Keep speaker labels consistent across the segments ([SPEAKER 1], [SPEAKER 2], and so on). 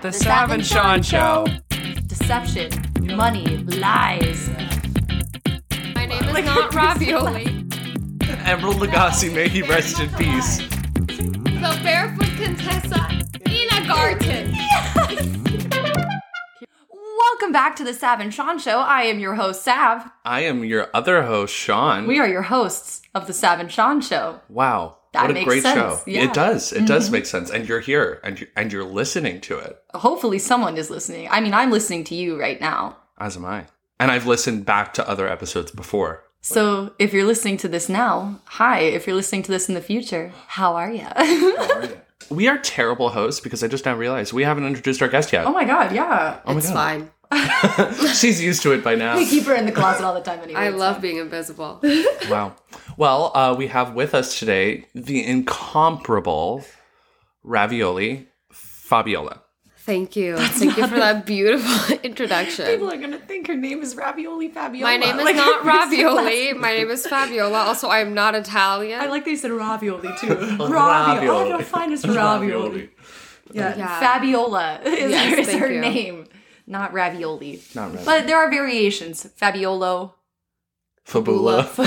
[SPEAKER 1] The Sav and Sean Show.
[SPEAKER 2] Deception, money, lies.
[SPEAKER 3] My name is not ravioli.
[SPEAKER 1] Emerald Lagasse, may he rest in peace.
[SPEAKER 3] the barefoot contessa in a garden.
[SPEAKER 2] Welcome back to the Sav and Sean Show. I am your host, Sav.
[SPEAKER 1] I am your other host, Sean.
[SPEAKER 2] We are your hosts of the Sav and Sean Show.
[SPEAKER 1] wow.
[SPEAKER 2] That
[SPEAKER 1] what a
[SPEAKER 2] makes
[SPEAKER 1] great
[SPEAKER 2] sense,
[SPEAKER 1] show.
[SPEAKER 2] yeah. Mm-hmm.
[SPEAKER 1] It does. It does make sense. And you're here and you're, and you're listening to it,
[SPEAKER 2] Hopefully, someone is listening. I mean, I'm listening to you right now.
[SPEAKER 1] as am I. And I've listened back to other episodes before.
[SPEAKER 2] So, if you're listening to this now, hi. If you're listening to this in the future, how are Oh you?
[SPEAKER 1] We are terrible hosts because I just now realized we haven't introduced our guest yet.
[SPEAKER 2] oh my god, yeah.
[SPEAKER 1] my
[SPEAKER 4] it's
[SPEAKER 1] God.
[SPEAKER 4] fine.
[SPEAKER 1] She's used to it by now.
[SPEAKER 2] We keep her in the closet all the time anyway.
[SPEAKER 4] I
[SPEAKER 2] It's
[SPEAKER 4] love being invisible.
[SPEAKER 1] wow. Well, uh, we have with us today the incomparable Ravioli Fabiola.
[SPEAKER 4] Thank you. Thank you for that beautiful introduction.
[SPEAKER 2] are gonna think her name is Ravioli Fabiola.
[SPEAKER 4] My name is
[SPEAKER 2] Like,
[SPEAKER 4] not
[SPEAKER 2] every single last-
[SPEAKER 4] Ravioli. My name is Fabiola. Also, I am not Italian.
[SPEAKER 2] I like they said ravioli too. ravioli.
[SPEAKER 1] Ravioli.
[SPEAKER 2] Oh, no, fine, it's ravioli. Yeah.
[SPEAKER 4] Yeah.
[SPEAKER 2] Fabiola is
[SPEAKER 4] Yes,
[SPEAKER 2] her, is
[SPEAKER 4] thank
[SPEAKER 2] her
[SPEAKER 4] you.
[SPEAKER 2] name, not ravioli.
[SPEAKER 1] Not Ravioli.
[SPEAKER 2] But there are variations. Fabiolo.
[SPEAKER 1] Fabula.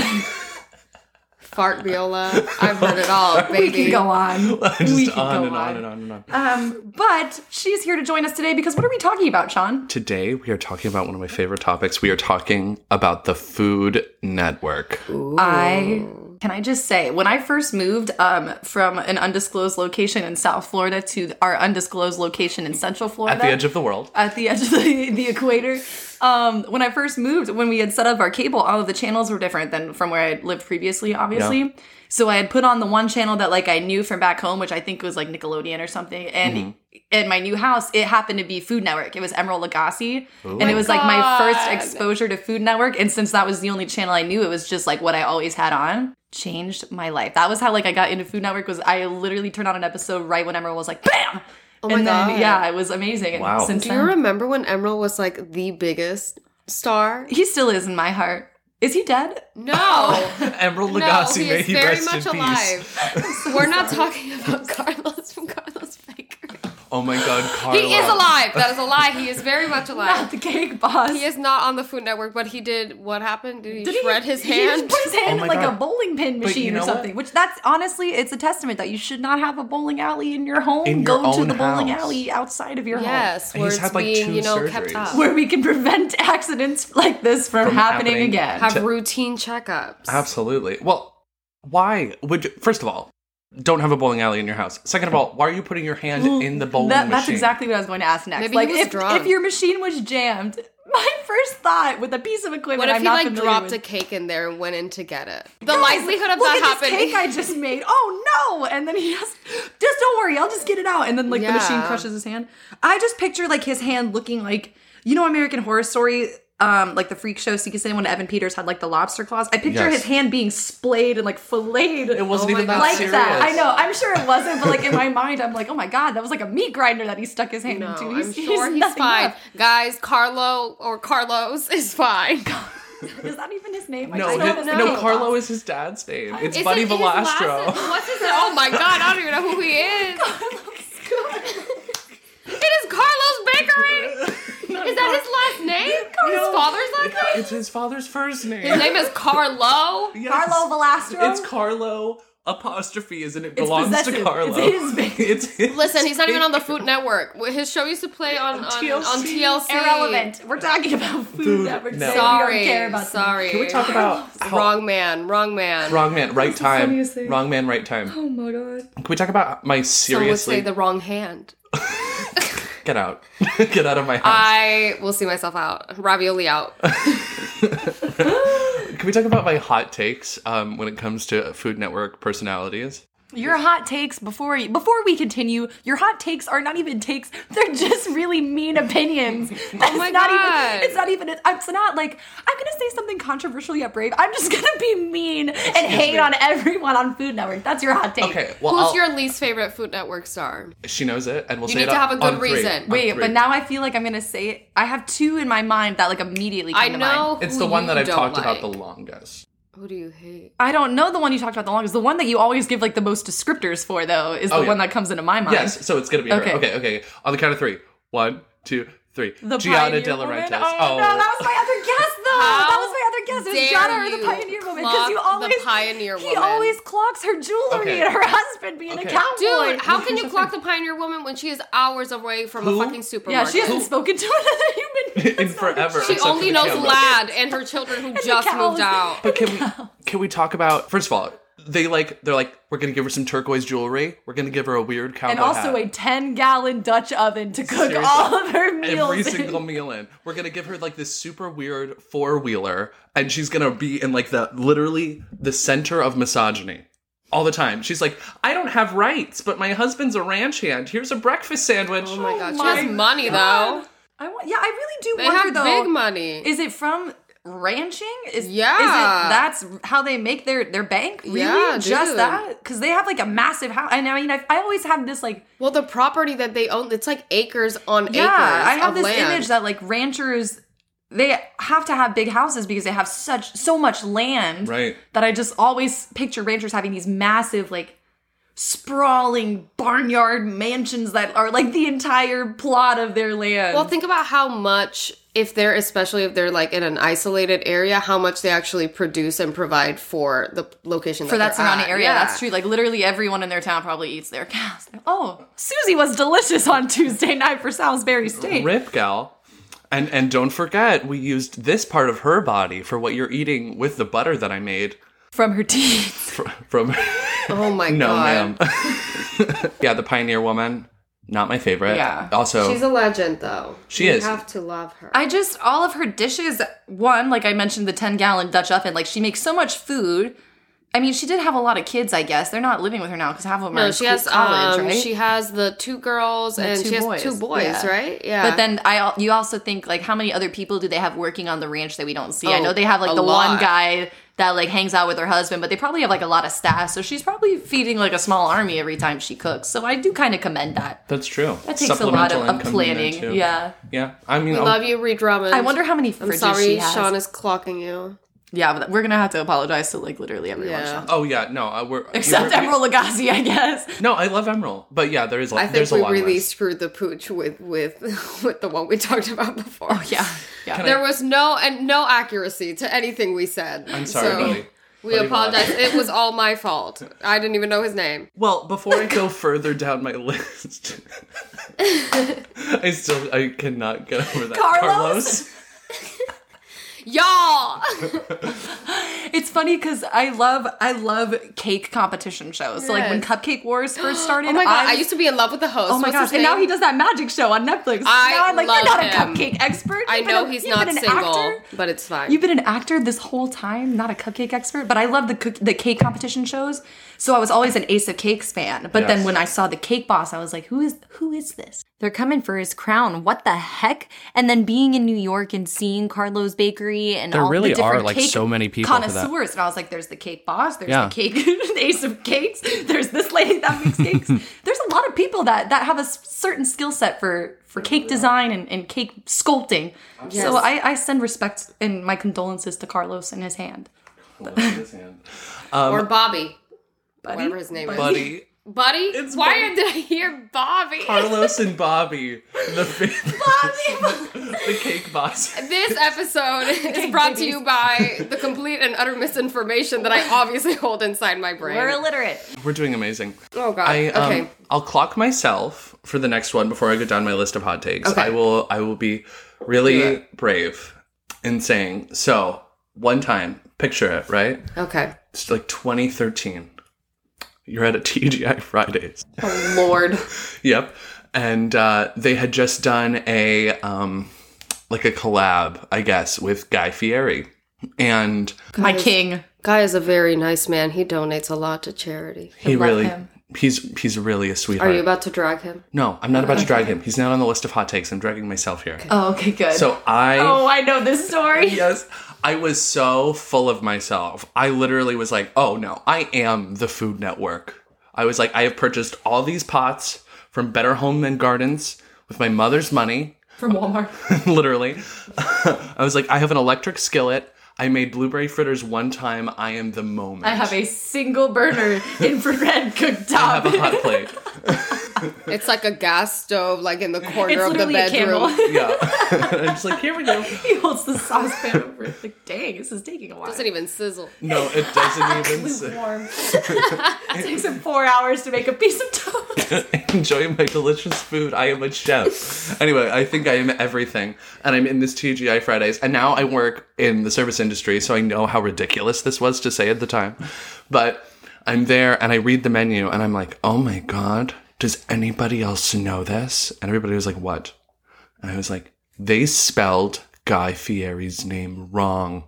[SPEAKER 4] Fart Viola. I've heard it all,
[SPEAKER 2] We
[SPEAKER 4] baby.
[SPEAKER 2] can go on.
[SPEAKER 1] Just
[SPEAKER 2] we can
[SPEAKER 1] on
[SPEAKER 2] go
[SPEAKER 1] and on.
[SPEAKER 2] on.
[SPEAKER 1] and on and on.
[SPEAKER 2] Um, but she's here to join us today because what are we talking about, Sean?
[SPEAKER 1] Today we are talking about one of my favorite topics. We are talking about the Food Network.
[SPEAKER 2] I can I just say when I first moved um, from an undisclosed location in South Florida to our undisclosed location in Central Florida
[SPEAKER 1] At the edge of the world.
[SPEAKER 2] at the edge of the, the equator. Um, when I first moved, when we had set up our cable, all of the channels were different than from where I had lived previously, obviously.
[SPEAKER 1] Yeah.
[SPEAKER 2] So I had put on the one channel that like I knew from back home, which I think was like Nickelodeon or something. And
[SPEAKER 1] Mm-hmm.
[SPEAKER 2] in my new house, it happened to be Food Network. It was Emerald Lagasse. and it was like my first exposure to Food Network. And since that was the only channel I knew, it was just like what I always had on. Changed my life. That was how like I got into Food Network was I literally turned on an episode right when Emerald was like BAM!
[SPEAKER 4] Oh my
[SPEAKER 2] and then
[SPEAKER 4] God.
[SPEAKER 2] yeah, it was amazing. And
[SPEAKER 1] Wow.
[SPEAKER 2] since
[SPEAKER 4] Do
[SPEAKER 2] then,
[SPEAKER 4] you remember when Emerald was like the biggest star?
[SPEAKER 2] He still is in my heart. Is he dead?
[SPEAKER 4] No.
[SPEAKER 1] Emerald
[SPEAKER 4] no,
[SPEAKER 1] Lagasse,
[SPEAKER 4] he
[SPEAKER 1] may
[SPEAKER 4] is
[SPEAKER 1] he
[SPEAKER 4] very
[SPEAKER 1] rest
[SPEAKER 4] much
[SPEAKER 1] in peace.
[SPEAKER 4] alive. We're not talking about Carlos from Carlos Bakery.
[SPEAKER 1] Oh my God, Carla.
[SPEAKER 4] He is alive. That is a lie. He is very much alive.
[SPEAKER 2] Not the cake boss.
[SPEAKER 4] He is not on the Food Network, but he did. What happened? Did he
[SPEAKER 2] Did he-
[SPEAKER 4] shred his
[SPEAKER 2] he
[SPEAKER 4] hand?
[SPEAKER 2] just put his hand
[SPEAKER 1] Oh my
[SPEAKER 2] in like
[SPEAKER 1] God.
[SPEAKER 2] a bowling pin
[SPEAKER 1] But
[SPEAKER 2] machine
[SPEAKER 1] you know
[SPEAKER 2] or
[SPEAKER 1] what?
[SPEAKER 2] something. Which that's honestly, it's a testament that you should not have a bowling alley in your home.
[SPEAKER 1] In
[SPEAKER 2] Go
[SPEAKER 1] your
[SPEAKER 2] to
[SPEAKER 1] own
[SPEAKER 2] the bowling
[SPEAKER 1] house.
[SPEAKER 2] alley outside of your home.
[SPEAKER 4] Yes,
[SPEAKER 1] And
[SPEAKER 4] where
[SPEAKER 1] he's
[SPEAKER 4] it's
[SPEAKER 1] had, like,
[SPEAKER 4] being
[SPEAKER 1] two
[SPEAKER 4] you know kept
[SPEAKER 1] surgeries.
[SPEAKER 4] up.
[SPEAKER 2] Where we can prevent accidents like this from,
[SPEAKER 1] From
[SPEAKER 2] happening,
[SPEAKER 1] happening.
[SPEAKER 2] again.
[SPEAKER 4] Have routine checkups.
[SPEAKER 1] Absolutely. Well, why would you, first of all, don't have a bowling alley in your house. Second of all, why are you putting your hand in the bowling
[SPEAKER 2] That- that's
[SPEAKER 1] machine?
[SPEAKER 2] exactly what I was going to ask next.
[SPEAKER 4] Maybe he
[SPEAKER 2] like
[SPEAKER 4] was
[SPEAKER 2] if,
[SPEAKER 4] drunk.
[SPEAKER 2] if your machine was jammed, my first thought with a piece of equipment
[SPEAKER 4] What if
[SPEAKER 2] I'm
[SPEAKER 4] he
[SPEAKER 2] not
[SPEAKER 4] like
[SPEAKER 2] familiar
[SPEAKER 4] dropped
[SPEAKER 2] with-
[SPEAKER 4] a cake in there and went in to get it? The
[SPEAKER 2] Guys,
[SPEAKER 4] likelihood of
[SPEAKER 2] look
[SPEAKER 4] that
[SPEAKER 2] at
[SPEAKER 4] happening.
[SPEAKER 2] This cake I just made. Oh no! And then he has just don't worry, I'll just get it out. And then like the machine
[SPEAKER 4] Yeah.
[SPEAKER 2] crushes his hand. I just picture like his hand looking like you know American Horror Story, um, like the freak show season when Evan Peters had like the lobster claws. I picture
[SPEAKER 1] Yes.
[SPEAKER 2] his hand being splayed and like filleted.
[SPEAKER 1] It wasn't
[SPEAKER 4] Oh my
[SPEAKER 1] even that
[SPEAKER 4] God.
[SPEAKER 2] like
[SPEAKER 1] serious.
[SPEAKER 2] that. I know. I'm sure it wasn't, but like in my mind, I'm like, oh my god, that was like a meat grinder that he stuck his hand
[SPEAKER 4] no,
[SPEAKER 2] into.
[SPEAKER 4] I'm sure he's,
[SPEAKER 2] nothing
[SPEAKER 4] fine,
[SPEAKER 2] left.
[SPEAKER 4] guys. Carlo or Carlos is fine.
[SPEAKER 2] Is that even his name?
[SPEAKER 1] No,
[SPEAKER 2] just
[SPEAKER 1] it-
[SPEAKER 2] his
[SPEAKER 4] know.
[SPEAKER 1] no,
[SPEAKER 2] name.
[SPEAKER 1] Carlo is his dad's name. It's
[SPEAKER 4] Is
[SPEAKER 1] Buddy
[SPEAKER 4] it his last-
[SPEAKER 1] Velastro.
[SPEAKER 4] What's his? Oh my god, I don't even know who he is. it is Carlos Bakery. Is that his last name? His father's last name.
[SPEAKER 1] It's his father's first name.
[SPEAKER 4] His name is Carlo.
[SPEAKER 1] Yes.
[SPEAKER 2] Carlo Velastro.
[SPEAKER 1] It's Carlo apostrophe, isn't it?
[SPEAKER 2] It's
[SPEAKER 1] Belongs to
[SPEAKER 2] possessive.
[SPEAKER 1] Carlo.
[SPEAKER 2] It's his name.
[SPEAKER 1] It's his
[SPEAKER 4] Listen, he's not even on the Food Network. His show used to play on on TLC. On
[SPEAKER 1] TLC.
[SPEAKER 4] TLC.
[SPEAKER 2] Irrelevant. We're talking about food,
[SPEAKER 1] Food
[SPEAKER 2] network.
[SPEAKER 1] network.
[SPEAKER 2] so
[SPEAKER 4] Sorry.
[SPEAKER 2] We don't care about them.
[SPEAKER 4] sorry.
[SPEAKER 1] Can we talk about how-
[SPEAKER 4] wrong man? Wrong man.
[SPEAKER 1] wrong man, right time,
[SPEAKER 2] funniest thing.
[SPEAKER 1] wrong man, right time?
[SPEAKER 2] Oh my god.
[SPEAKER 1] Can we talk about my
[SPEAKER 4] Some would say
[SPEAKER 1] seriously?
[SPEAKER 4] the wrong hand.
[SPEAKER 1] Get out, get out of my house.
[SPEAKER 4] I will see myself out. Ravioli out.
[SPEAKER 1] Can we talk about my hot takes um, when it comes to Food Network personalities?
[SPEAKER 2] Your hot takes before before we continue, your hot takes are not even takes. They're just really mean opinions.
[SPEAKER 1] Oh
[SPEAKER 2] That's
[SPEAKER 4] my
[SPEAKER 2] not
[SPEAKER 4] God.
[SPEAKER 2] Even, it's not even. It's not like I'm gonna say something controversial yet brave. I'm just gonna be mean and hate
[SPEAKER 1] me.
[SPEAKER 2] on everyone on Food Network. That's your hot take.
[SPEAKER 1] Okay, well,
[SPEAKER 4] Who's
[SPEAKER 1] I'll-
[SPEAKER 4] your least favorite Food Network star?
[SPEAKER 1] she knows it, and we'll
[SPEAKER 4] You
[SPEAKER 1] say it
[SPEAKER 4] need to
[SPEAKER 1] on-
[SPEAKER 4] have a good
[SPEAKER 1] on three.
[SPEAKER 4] reason.
[SPEAKER 1] On
[SPEAKER 2] Wait,
[SPEAKER 1] three.
[SPEAKER 2] but now I feel like I'm gonna say it. I have two in my mind that like immediately. Come
[SPEAKER 4] I
[SPEAKER 2] to
[SPEAKER 4] know.
[SPEAKER 2] mind.
[SPEAKER 1] it's
[SPEAKER 4] who
[SPEAKER 1] the one
[SPEAKER 4] you
[SPEAKER 1] that I've
[SPEAKER 4] don't
[SPEAKER 1] talked
[SPEAKER 4] like.
[SPEAKER 1] about the longest.
[SPEAKER 4] Who do you hate?
[SPEAKER 2] I don't know the one you talked about the longest. The one that you always give like the most descriptors for though is
[SPEAKER 1] Oh,
[SPEAKER 2] the
[SPEAKER 1] yeah.
[SPEAKER 2] one that comes into my mind.
[SPEAKER 1] Yes, so it's gonna be her.
[SPEAKER 2] Okay.
[SPEAKER 1] Okay, okay. On the count of three. One, two, three.
[SPEAKER 2] The
[SPEAKER 1] Gianna
[SPEAKER 2] pioneer
[SPEAKER 1] De
[SPEAKER 2] woman?
[SPEAKER 1] Laurentiis.
[SPEAKER 2] Oh, no, that was my other guess though. that was my other guess. It was
[SPEAKER 4] How
[SPEAKER 2] Gianna or
[SPEAKER 4] dare
[SPEAKER 2] the
[SPEAKER 4] you
[SPEAKER 2] pioneer woman
[SPEAKER 4] clock
[SPEAKER 2] because you
[SPEAKER 4] the
[SPEAKER 2] always
[SPEAKER 4] pioneer
[SPEAKER 2] he
[SPEAKER 4] woman.
[SPEAKER 2] always clocks her jewelry
[SPEAKER 1] Okay.
[SPEAKER 2] and her husband being a
[SPEAKER 1] Okay.
[SPEAKER 4] Dude,
[SPEAKER 2] cowboy.
[SPEAKER 4] how can you clock the pioneer woman when she is hours away from
[SPEAKER 1] Who?
[SPEAKER 4] a fucking supermarket?
[SPEAKER 2] yeah, she hasn't spoken to another human
[SPEAKER 1] In
[SPEAKER 2] That's not
[SPEAKER 1] forever.
[SPEAKER 2] true.
[SPEAKER 4] She
[SPEAKER 1] Except
[SPEAKER 4] only
[SPEAKER 1] for the
[SPEAKER 4] knows
[SPEAKER 1] camera.
[SPEAKER 4] Lad and her children who just
[SPEAKER 2] cows.
[SPEAKER 4] moved out.
[SPEAKER 1] But can we can we talk about first of all, they like they're like, we're gonna give her some turquoise jewelry, we're gonna give her a weird cowboy.
[SPEAKER 2] And
[SPEAKER 1] hat.
[SPEAKER 2] also a ten-gallon Dutch oven to cook
[SPEAKER 1] Seriously.
[SPEAKER 2] all of her meals.
[SPEAKER 1] every
[SPEAKER 2] in.
[SPEAKER 1] single meal in. We're gonna give her like this super weird four wheeler, and she's gonna be in like the literally the center of misogyny all the time. She's like, I don't have rights, but my husband's a ranch hand. Here's a breakfast sandwich. Oh my
[SPEAKER 4] God, she
[SPEAKER 2] my
[SPEAKER 4] has money
[SPEAKER 2] God.
[SPEAKER 4] though.
[SPEAKER 2] I want. Yeah, I really do
[SPEAKER 4] They
[SPEAKER 2] wonder
[SPEAKER 4] have
[SPEAKER 2] though.
[SPEAKER 4] big money.
[SPEAKER 2] Is it from ranching? Is
[SPEAKER 4] Yeah.
[SPEAKER 2] Is it that's how they make their their bank? Really?
[SPEAKER 4] Yeah,
[SPEAKER 2] Just
[SPEAKER 4] dude.
[SPEAKER 2] that? Because they have like a massive house. And I mean, I, I always have this like
[SPEAKER 4] well, the property that they own, it's like acres on
[SPEAKER 2] yeah.
[SPEAKER 4] acres.
[SPEAKER 2] I have
[SPEAKER 4] of
[SPEAKER 2] this
[SPEAKER 4] land.
[SPEAKER 2] image that like ranchers they have to have big houses because they have such so much land.
[SPEAKER 1] Right.
[SPEAKER 2] That I just always picture ranchers having these massive like sprawling barnyard mansions that are like the entire plot of their land.
[SPEAKER 4] Well, think about how much, if they're especially if they're like in an isolated area, how much they actually produce and provide for the location
[SPEAKER 2] for that
[SPEAKER 4] they're
[SPEAKER 2] surrounding
[SPEAKER 4] at.
[SPEAKER 2] area.
[SPEAKER 4] Yeah.
[SPEAKER 2] That's true. Like literally everyone in their town probably eats their cows. Oh, Susie was delicious on Tuesday night for Salisbury Steak.
[SPEAKER 1] Rip gal. And and don't forget, we used this part of her body for what you're eating with the butter that I made
[SPEAKER 2] From her teeth.
[SPEAKER 1] fr- from
[SPEAKER 4] Oh my
[SPEAKER 1] No, ma'am.
[SPEAKER 4] god.
[SPEAKER 1] yeah, the pioneer woman. Not my favorite.
[SPEAKER 2] Yeah.
[SPEAKER 1] Also,
[SPEAKER 4] She's a legend though.
[SPEAKER 1] She
[SPEAKER 4] you
[SPEAKER 1] is.
[SPEAKER 4] have to love her.
[SPEAKER 2] I just all of her dishes. One, like I mentioned, the ten gallon Dutch oven. Like she makes so much food. I mean, she did have a lot of kids. I guess they're not living with her now because half of them are
[SPEAKER 4] no,
[SPEAKER 2] in
[SPEAKER 4] she
[SPEAKER 2] school-
[SPEAKER 4] has
[SPEAKER 2] college,
[SPEAKER 4] um,
[SPEAKER 2] right?
[SPEAKER 4] she has the two girls and
[SPEAKER 2] two
[SPEAKER 4] she has
[SPEAKER 2] boys.
[SPEAKER 4] two boys,
[SPEAKER 2] Yeah.
[SPEAKER 4] right? Yeah.
[SPEAKER 2] But then I al- you also think like how many other people do they have working on the ranch that we don't see? I
[SPEAKER 4] Oh,
[SPEAKER 2] know they have
[SPEAKER 4] a
[SPEAKER 2] like the one
[SPEAKER 4] lot.
[SPEAKER 2] guy that like hangs out with her husband, but they probably have like a lot of staff. So she's probably feeding like a small army every time she cooks. So I do kind of commend that.
[SPEAKER 1] that's true.
[SPEAKER 2] That takes a lot of,
[SPEAKER 1] Supplemental
[SPEAKER 2] of
[SPEAKER 1] income in there,
[SPEAKER 2] planning.
[SPEAKER 1] too.
[SPEAKER 2] Yeah.
[SPEAKER 1] Yeah. I mean, oh,
[SPEAKER 4] we
[SPEAKER 1] I'll-
[SPEAKER 4] love you, Reed Drummond.
[SPEAKER 2] I wonder how many
[SPEAKER 4] I'm
[SPEAKER 2] fridges
[SPEAKER 4] sorry,
[SPEAKER 2] she has.
[SPEAKER 4] Sean is clocking you.
[SPEAKER 2] yeah, but we're gonna have to apologize to like literally everyone.
[SPEAKER 4] Yeah.
[SPEAKER 2] Sean.
[SPEAKER 1] Oh yeah, no, uh, we're
[SPEAKER 2] Except
[SPEAKER 1] you were-
[SPEAKER 2] Emerald Lagasse, I guess.
[SPEAKER 1] No, I love Emerald, but yeah, there is. Like,
[SPEAKER 4] I think
[SPEAKER 1] there's a
[SPEAKER 4] we
[SPEAKER 1] long
[SPEAKER 4] really
[SPEAKER 1] list.
[SPEAKER 4] screwed the pooch with with with the one we talked about before. Oh
[SPEAKER 2] Yeah. Yeah.
[SPEAKER 1] Can I-
[SPEAKER 4] There was no and no accuracy to anything we said.
[SPEAKER 1] I'm sorry, buddy.
[SPEAKER 4] We
[SPEAKER 1] Buddy
[SPEAKER 4] apologize.
[SPEAKER 1] Bob.
[SPEAKER 4] It was all my fault. I didn't even know his name.
[SPEAKER 1] Well, before I go further down my list, I still I cannot get over that.
[SPEAKER 2] Carlos?
[SPEAKER 4] Y'all,
[SPEAKER 2] Oh It's funny because I love I love cake competition shows. So like when
[SPEAKER 4] Yes.
[SPEAKER 2] Cupcake Wars first started,
[SPEAKER 4] oh my god,
[SPEAKER 2] I
[SPEAKER 4] I used to be in love with the host.
[SPEAKER 2] Oh my
[SPEAKER 4] What's his
[SPEAKER 2] gosh! And now
[SPEAKER 4] name?
[SPEAKER 2] he does that magic show on Netflix.
[SPEAKER 4] I
[SPEAKER 2] now I'm like, you're
[SPEAKER 4] love
[SPEAKER 2] not
[SPEAKER 4] him.
[SPEAKER 2] a cupcake expert.
[SPEAKER 4] I
[SPEAKER 2] You've been
[SPEAKER 4] know
[SPEAKER 2] a-
[SPEAKER 4] he's
[SPEAKER 2] you've
[SPEAKER 4] not
[SPEAKER 2] been an
[SPEAKER 4] single,
[SPEAKER 2] actor.
[SPEAKER 4] but it's fine.
[SPEAKER 2] You've been an actor this whole time, not a cupcake expert. But I love the cook- the cake competition shows. So I was always an Ace of Cakes fan. But then
[SPEAKER 1] Yes.
[SPEAKER 2] when I saw the Cake Boss, I was like, who is who is this? They're coming for his crown. What the heck? And then being in New York and seeing Carlo's Bakery and
[SPEAKER 5] There
[SPEAKER 2] all
[SPEAKER 5] really
[SPEAKER 2] the different
[SPEAKER 5] are, like,
[SPEAKER 2] cake
[SPEAKER 5] so many people for that.
[SPEAKER 2] connoisseurs. And I was like, there's the Cake Boss. There's
[SPEAKER 5] Yeah.
[SPEAKER 2] the cake the Ace of Cakes. There's this lady that makes cakes. there's a lot of people that that have a s- certain skill set for for cake design and, and cake sculpting. So I, I send respect and my condolences to Carlos and his hand.
[SPEAKER 1] Carlos. Um,
[SPEAKER 4] or Bobby,
[SPEAKER 2] Buddy?
[SPEAKER 4] whatever his name is.
[SPEAKER 1] Buddy,
[SPEAKER 4] Buddy,
[SPEAKER 1] It's
[SPEAKER 4] why
[SPEAKER 1] Buddy.
[SPEAKER 4] did I hear Bobby?
[SPEAKER 1] Carlos, and Bobby, the fa- the cake boss.
[SPEAKER 4] This episode is brought to you by the complete and utter misinformation that I obviously hold inside my brain.
[SPEAKER 2] We're illiterate.
[SPEAKER 1] We're doing amazing.
[SPEAKER 4] Oh god.
[SPEAKER 1] I um,
[SPEAKER 4] okay.
[SPEAKER 1] I'll clock myself for the next one before I go down my list of hot takes.
[SPEAKER 4] Okay.
[SPEAKER 1] I will I will be really brave in saying so. One time, picture it, right?
[SPEAKER 4] Okay.
[SPEAKER 1] It's like 2013. You're at a TGI Fridays.
[SPEAKER 4] Oh lord.
[SPEAKER 1] Yep. And uh, they had just done a um, like a collab, I guess, with Guy Fieri. And
[SPEAKER 2] My king.
[SPEAKER 4] Guy is a very nice man. He donates a lot to charity.
[SPEAKER 1] He
[SPEAKER 2] love
[SPEAKER 1] really,
[SPEAKER 2] him.
[SPEAKER 1] he's he's really a sweetheart.
[SPEAKER 4] Are you about to drag him?
[SPEAKER 1] no, I'm not about to drag him. He's not on the list of hot takes. I'm dragging myself here.
[SPEAKER 2] Oh, okay, good.
[SPEAKER 1] So I
[SPEAKER 2] oh, I know this story.
[SPEAKER 1] yes. I was so full of myself. I literally was like, oh no, I am the Food Network. I was like, I have purchased all these pots from Better Home and Gardens with my mother's money,
[SPEAKER 2] From Walmart.
[SPEAKER 1] literally. I was like, I have an electric skillet. I made blueberry fritters one time. I am the moment.
[SPEAKER 2] I have a single burner infrared
[SPEAKER 1] I have a
[SPEAKER 2] cooktop.
[SPEAKER 1] hot plate.
[SPEAKER 4] It's like a gas stove, like in the
[SPEAKER 2] It's
[SPEAKER 4] corner of the
[SPEAKER 2] literally a camel.
[SPEAKER 4] bedroom.
[SPEAKER 1] Yeah. I'm just like, here we go.
[SPEAKER 2] he holds the saucepan over. It's like, dang, this is taking a while.
[SPEAKER 4] Doesn't even sizzle.
[SPEAKER 1] No, it doesn't even. say-
[SPEAKER 2] Lukewarm. it takes him four hours to make a piece of toast.
[SPEAKER 1] enjoy my delicious food. I am a chef. Anyway, I think I am everything. And I'm in this TGI Fridays. And now I work in the service industry, so I know how ridiculous this was to say at the time. But I'm there and I read the menu and I'm like, oh my God, does anybody else know this? And everybody was like, what? And I was like, they spelled Guy Fieri's name wrong.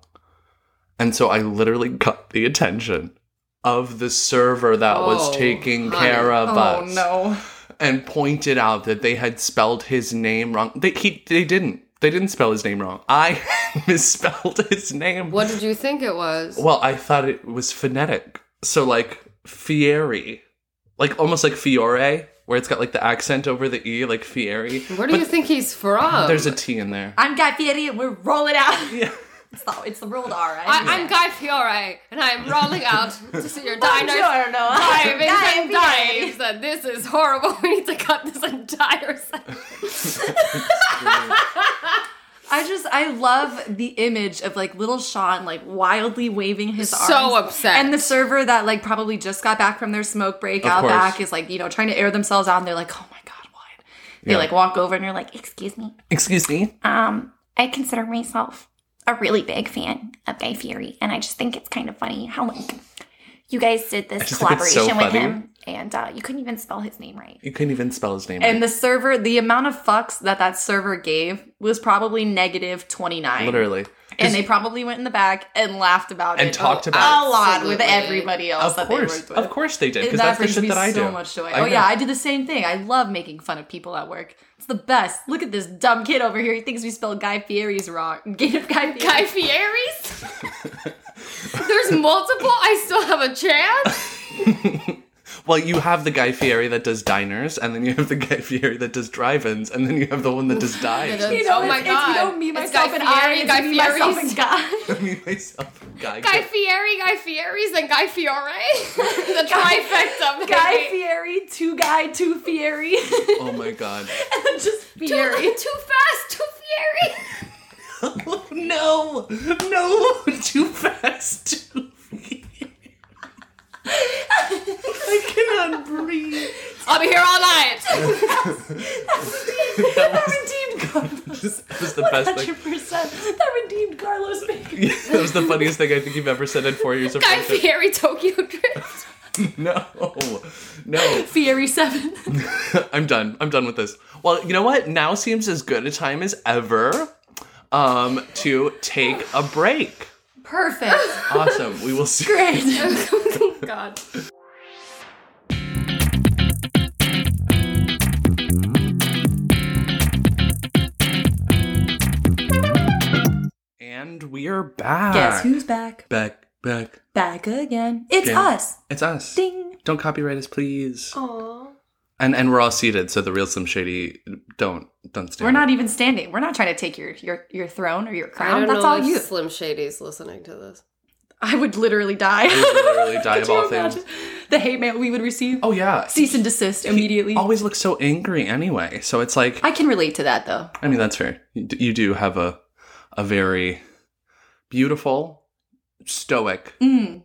[SPEAKER 1] And so I literally got the attention of the server that
[SPEAKER 4] Oh,
[SPEAKER 1] was taking
[SPEAKER 4] honey.
[SPEAKER 1] care of
[SPEAKER 2] Oh
[SPEAKER 1] us
[SPEAKER 2] no.
[SPEAKER 1] and pointed out that they had spelled his name wrong. They he, they didn't. They didn't spell his name wrong. I misspelled his name.
[SPEAKER 4] What did you think it was?
[SPEAKER 1] Well, I thought it was phonetic. So like Fieri, like almost like Fiore, where it's got like the accent over the e, like Fieri.
[SPEAKER 4] Where do you think he's from?
[SPEAKER 1] There's a T in there.
[SPEAKER 2] I'm Guy Fieri and we're rolling out. It's, the, it's the rolled R, right?
[SPEAKER 4] I, I'm Guy Fiore, and I'm rolling out to see your diner.
[SPEAKER 2] Buongiorno.
[SPEAKER 4] Dives
[SPEAKER 2] Guy
[SPEAKER 4] and
[SPEAKER 2] Fieri.
[SPEAKER 4] dives, and this is horrible. We need to cut this entire sentence.
[SPEAKER 2] I just I love the image of like little Sean like wildly waving his arms.
[SPEAKER 4] So upset.
[SPEAKER 2] And the server that like probably just got back from their smoke break
[SPEAKER 1] Of
[SPEAKER 2] out
[SPEAKER 1] course.
[SPEAKER 2] back is like, you know, trying to air themselves out and they're like, Oh my god, what? They
[SPEAKER 1] Yeah.
[SPEAKER 2] like walk over and you're like, excuse me.
[SPEAKER 1] Excuse me.
[SPEAKER 5] um, I consider myself a really big fan of Guy Fieri, and I just think it's kind of funny how like you guys did this
[SPEAKER 1] just think it's so
[SPEAKER 5] collaboration with
[SPEAKER 1] funny.
[SPEAKER 5] him, and uh, you couldn't even spell his name right.
[SPEAKER 1] You couldn't even spell his name.
[SPEAKER 2] And
[SPEAKER 1] right.
[SPEAKER 2] the server, the amount of fucks that that server gave was probably negative 29.
[SPEAKER 1] Literally.
[SPEAKER 2] And they probably went in the back and laughed about
[SPEAKER 1] And
[SPEAKER 2] it.
[SPEAKER 1] talked
[SPEAKER 2] a-
[SPEAKER 1] about
[SPEAKER 2] a
[SPEAKER 1] it.
[SPEAKER 2] lot with
[SPEAKER 4] Absolutely.
[SPEAKER 2] everybody else
[SPEAKER 1] Of
[SPEAKER 2] that they
[SPEAKER 1] course,
[SPEAKER 2] worked with.
[SPEAKER 1] of course they did, because that's
[SPEAKER 2] That
[SPEAKER 1] the
[SPEAKER 2] brings
[SPEAKER 1] shit
[SPEAKER 2] me
[SPEAKER 1] that I do.
[SPEAKER 2] so much joy.
[SPEAKER 1] I
[SPEAKER 2] oh
[SPEAKER 1] know.
[SPEAKER 2] yeah, I do the same thing. I love making fun of people at work. It's the best. Look at this dumb kid over here. He thinks we spelled Guy Fieri's wrong. Guy Fieri.
[SPEAKER 4] Guy Fieri's? There's multiple. I still have a chance.
[SPEAKER 1] Well, you have the Guy Fieri that does diners, and then you have the Guy Fieri that does drive-ins, and then you have the one that does dives.
[SPEAKER 2] You know,
[SPEAKER 4] Oh my
[SPEAKER 2] it's, it's, you know,
[SPEAKER 4] God.
[SPEAKER 2] me,
[SPEAKER 4] It's
[SPEAKER 2] myself,
[SPEAKER 4] Guy
[SPEAKER 2] and I.
[SPEAKER 4] Fieri,
[SPEAKER 2] It's
[SPEAKER 4] Guy
[SPEAKER 2] me, myself,
[SPEAKER 4] Fieri's.
[SPEAKER 2] and God.
[SPEAKER 1] Me, myself, and Guy.
[SPEAKER 4] Guy Fieri, Guy Fieri's, and Guy Fiore. the trifecta.
[SPEAKER 2] Guy
[SPEAKER 4] baby.
[SPEAKER 2] Fieri, two Guy, two Fieri.
[SPEAKER 1] oh my god.
[SPEAKER 2] Just Fieri.
[SPEAKER 4] Too fast, too Fieri.
[SPEAKER 1] no, no, too fast. Too I cannot breathe.
[SPEAKER 4] I'll be here all night.
[SPEAKER 2] that redeemed Carlos.
[SPEAKER 1] That was the best thing.
[SPEAKER 2] 100%. That redeemed Carlos Baker.
[SPEAKER 1] that was the funniest thing I think you've ever said in four years of
[SPEAKER 4] Guy
[SPEAKER 1] friendship.
[SPEAKER 4] Fieri, Tokyo Drift.
[SPEAKER 1] No, no.
[SPEAKER 2] Fieri 7.
[SPEAKER 1] I'm done. I'm done with this. Well, you know what? Now seems as good a time as ever um, to take a break.
[SPEAKER 2] Perfect.
[SPEAKER 1] Awesome. We will see.
[SPEAKER 2] Great.
[SPEAKER 4] Oh God.
[SPEAKER 1] And we're back.
[SPEAKER 2] Guess who's back?
[SPEAKER 1] Back, back.
[SPEAKER 2] Back again. It's
[SPEAKER 1] Yeah.
[SPEAKER 2] us.
[SPEAKER 1] It's us.
[SPEAKER 2] Ding. Oh.
[SPEAKER 1] Don't copyright us, please. And and we're all seated, so the real Slim Shady don't don't stand.
[SPEAKER 2] We're
[SPEAKER 1] up.
[SPEAKER 2] not even standing. We're not trying to take your your, your throne or your
[SPEAKER 4] I
[SPEAKER 2] crown.
[SPEAKER 4] don't
[SPEAKER 2] That's
[SPEAKER 4] know
[SPEAKER 2] all
[SPEAKER 4] if
[SPEAKER 2] you.
[SPEAKER 4] Slim Shady's listening to this.
[SPEAKER 2] I would literally die.
[SPEAKER 1] We would literally die
[SPEAKER 2] Could
[SPEAKER 1] of
[SPEAKER 2] you
[SPEAKER 1] all
[SPEAKER 2] imagine
[SPEAKER 1] things.
[SPEAKER 2] The hate mail we would receive.
[SPEAKER 1] Oh yeah.
[SPEAKER 2] Cease and desist immediately.
[SPEAKER 1] Always looks so angry anyway. So it's like I,
[SPEAKER 2] I can relate to that though.
[SPEAKER 1] mean that's fair. You d- you do have a a very beautiful stoic.
[SPEAKER 2] Mm,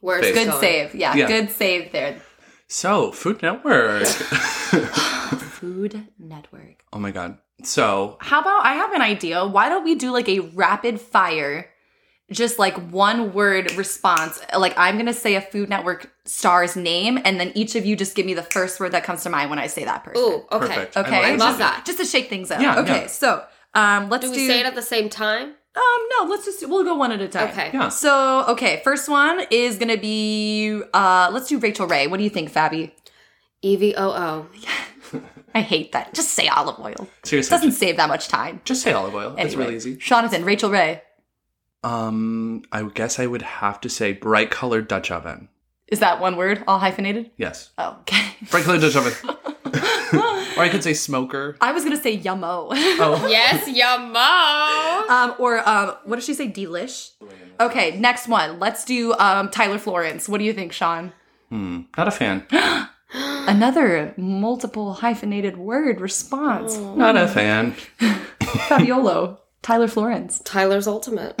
[SPEAKER 4] Where's
[SPEAKER 1] Face.
[SPEAKER 4] it
[SPEAKER 2] good
[SPEAKER 4] going?
[SPEAKER 2] save. Yeah,
[SPEAKER 1] Yeah.
[SPEAKER 2] good save there. Mm.
[SPEAKER 1] So Food Network.
[SPEAKER 2] Food Network.
[SPEAKER 1] oh my god. So
[SPEAKER 2] How about I have an idea? Why don't we do like a rapid fire, just like one word response? Like I'm gonna say a Food Network star's name, and then each of you just give me the first word that comes to mind when I say that person.
[SPEAKER 4] Ooh, okay.
[SPEAKER 1] perfect.
[SPEAKER 2] Okay,
[SPEAKER 4] I
[SPEAKER 1] this
[SPEAKER 4] love
[SPEAKER 1] idea.
[SPEAKER 4] that.
[SPEAKER 2] Just to shake things up.
[SPEAKER 1] Yeah,
[SPEAKER 2] okay,
[SPEAKER 1] yeah.
[SPEAKER 2] so um, let's
[SPEAKER 4] Do
[SPEAKER 2] do.
[SPEAKER 4] we say it at the same time?
[SPEAKER 2] Um, no, let's just we'll go one at a time.
[SPEAKER 4] Okay.
[SPEAKER 1] Yeah.
[SPEAKER 2] So, okay, first one is gonna be uh let's do Rachel Ray. What do you think, Fabi?
[SPEAKER 4] E V O O.
[SPEAKER 2] I hate that. Just say olive oil. It
[SPEAKER 1] Seriously,
[SPEAKER 2] doesn't
[SPEAKER 1] just,
[SPEAKER 2] save that much time.
[SPEAKER 1] just say olive oil. It's
[SPEAKER 2] Anyway.
[SPEAKER 1] really easy.
[SPEAKER 2] Jonathan, Rachel Ray.
[SPEAKER 1] Um, I would guess I would have to say bright colored Dutch oven.
[SPEAKER 2] Is that one word? All hyphenated?
[SPEAKER 1] Yes,
[SPEAKER 2] Oh, okay.
[SPEAKER 1] bright colored Dutch oven. or I could say smoker.
[SPEAKER 2] I was gonna say yummo.
[SPEAKER 1] Oh,
[SPEAKER 4] Yes, yummo.
[SPEAKER 2] um, or um, what does she say? Delish. Okay, next one. Let's do um, Tyler Florence. What do you think, Sean?
[SPEAKER 1] hmm, not a fan.
[SPEAKER 2] Another multiple hyphenated word response.
[SPEAKER 4] Oh.
[SPEAKER 1] Not a fan.
[SPEAKER 2] Fabiolo, Tyler Florence,
[SPEAKER 4] Tyler's ultimate.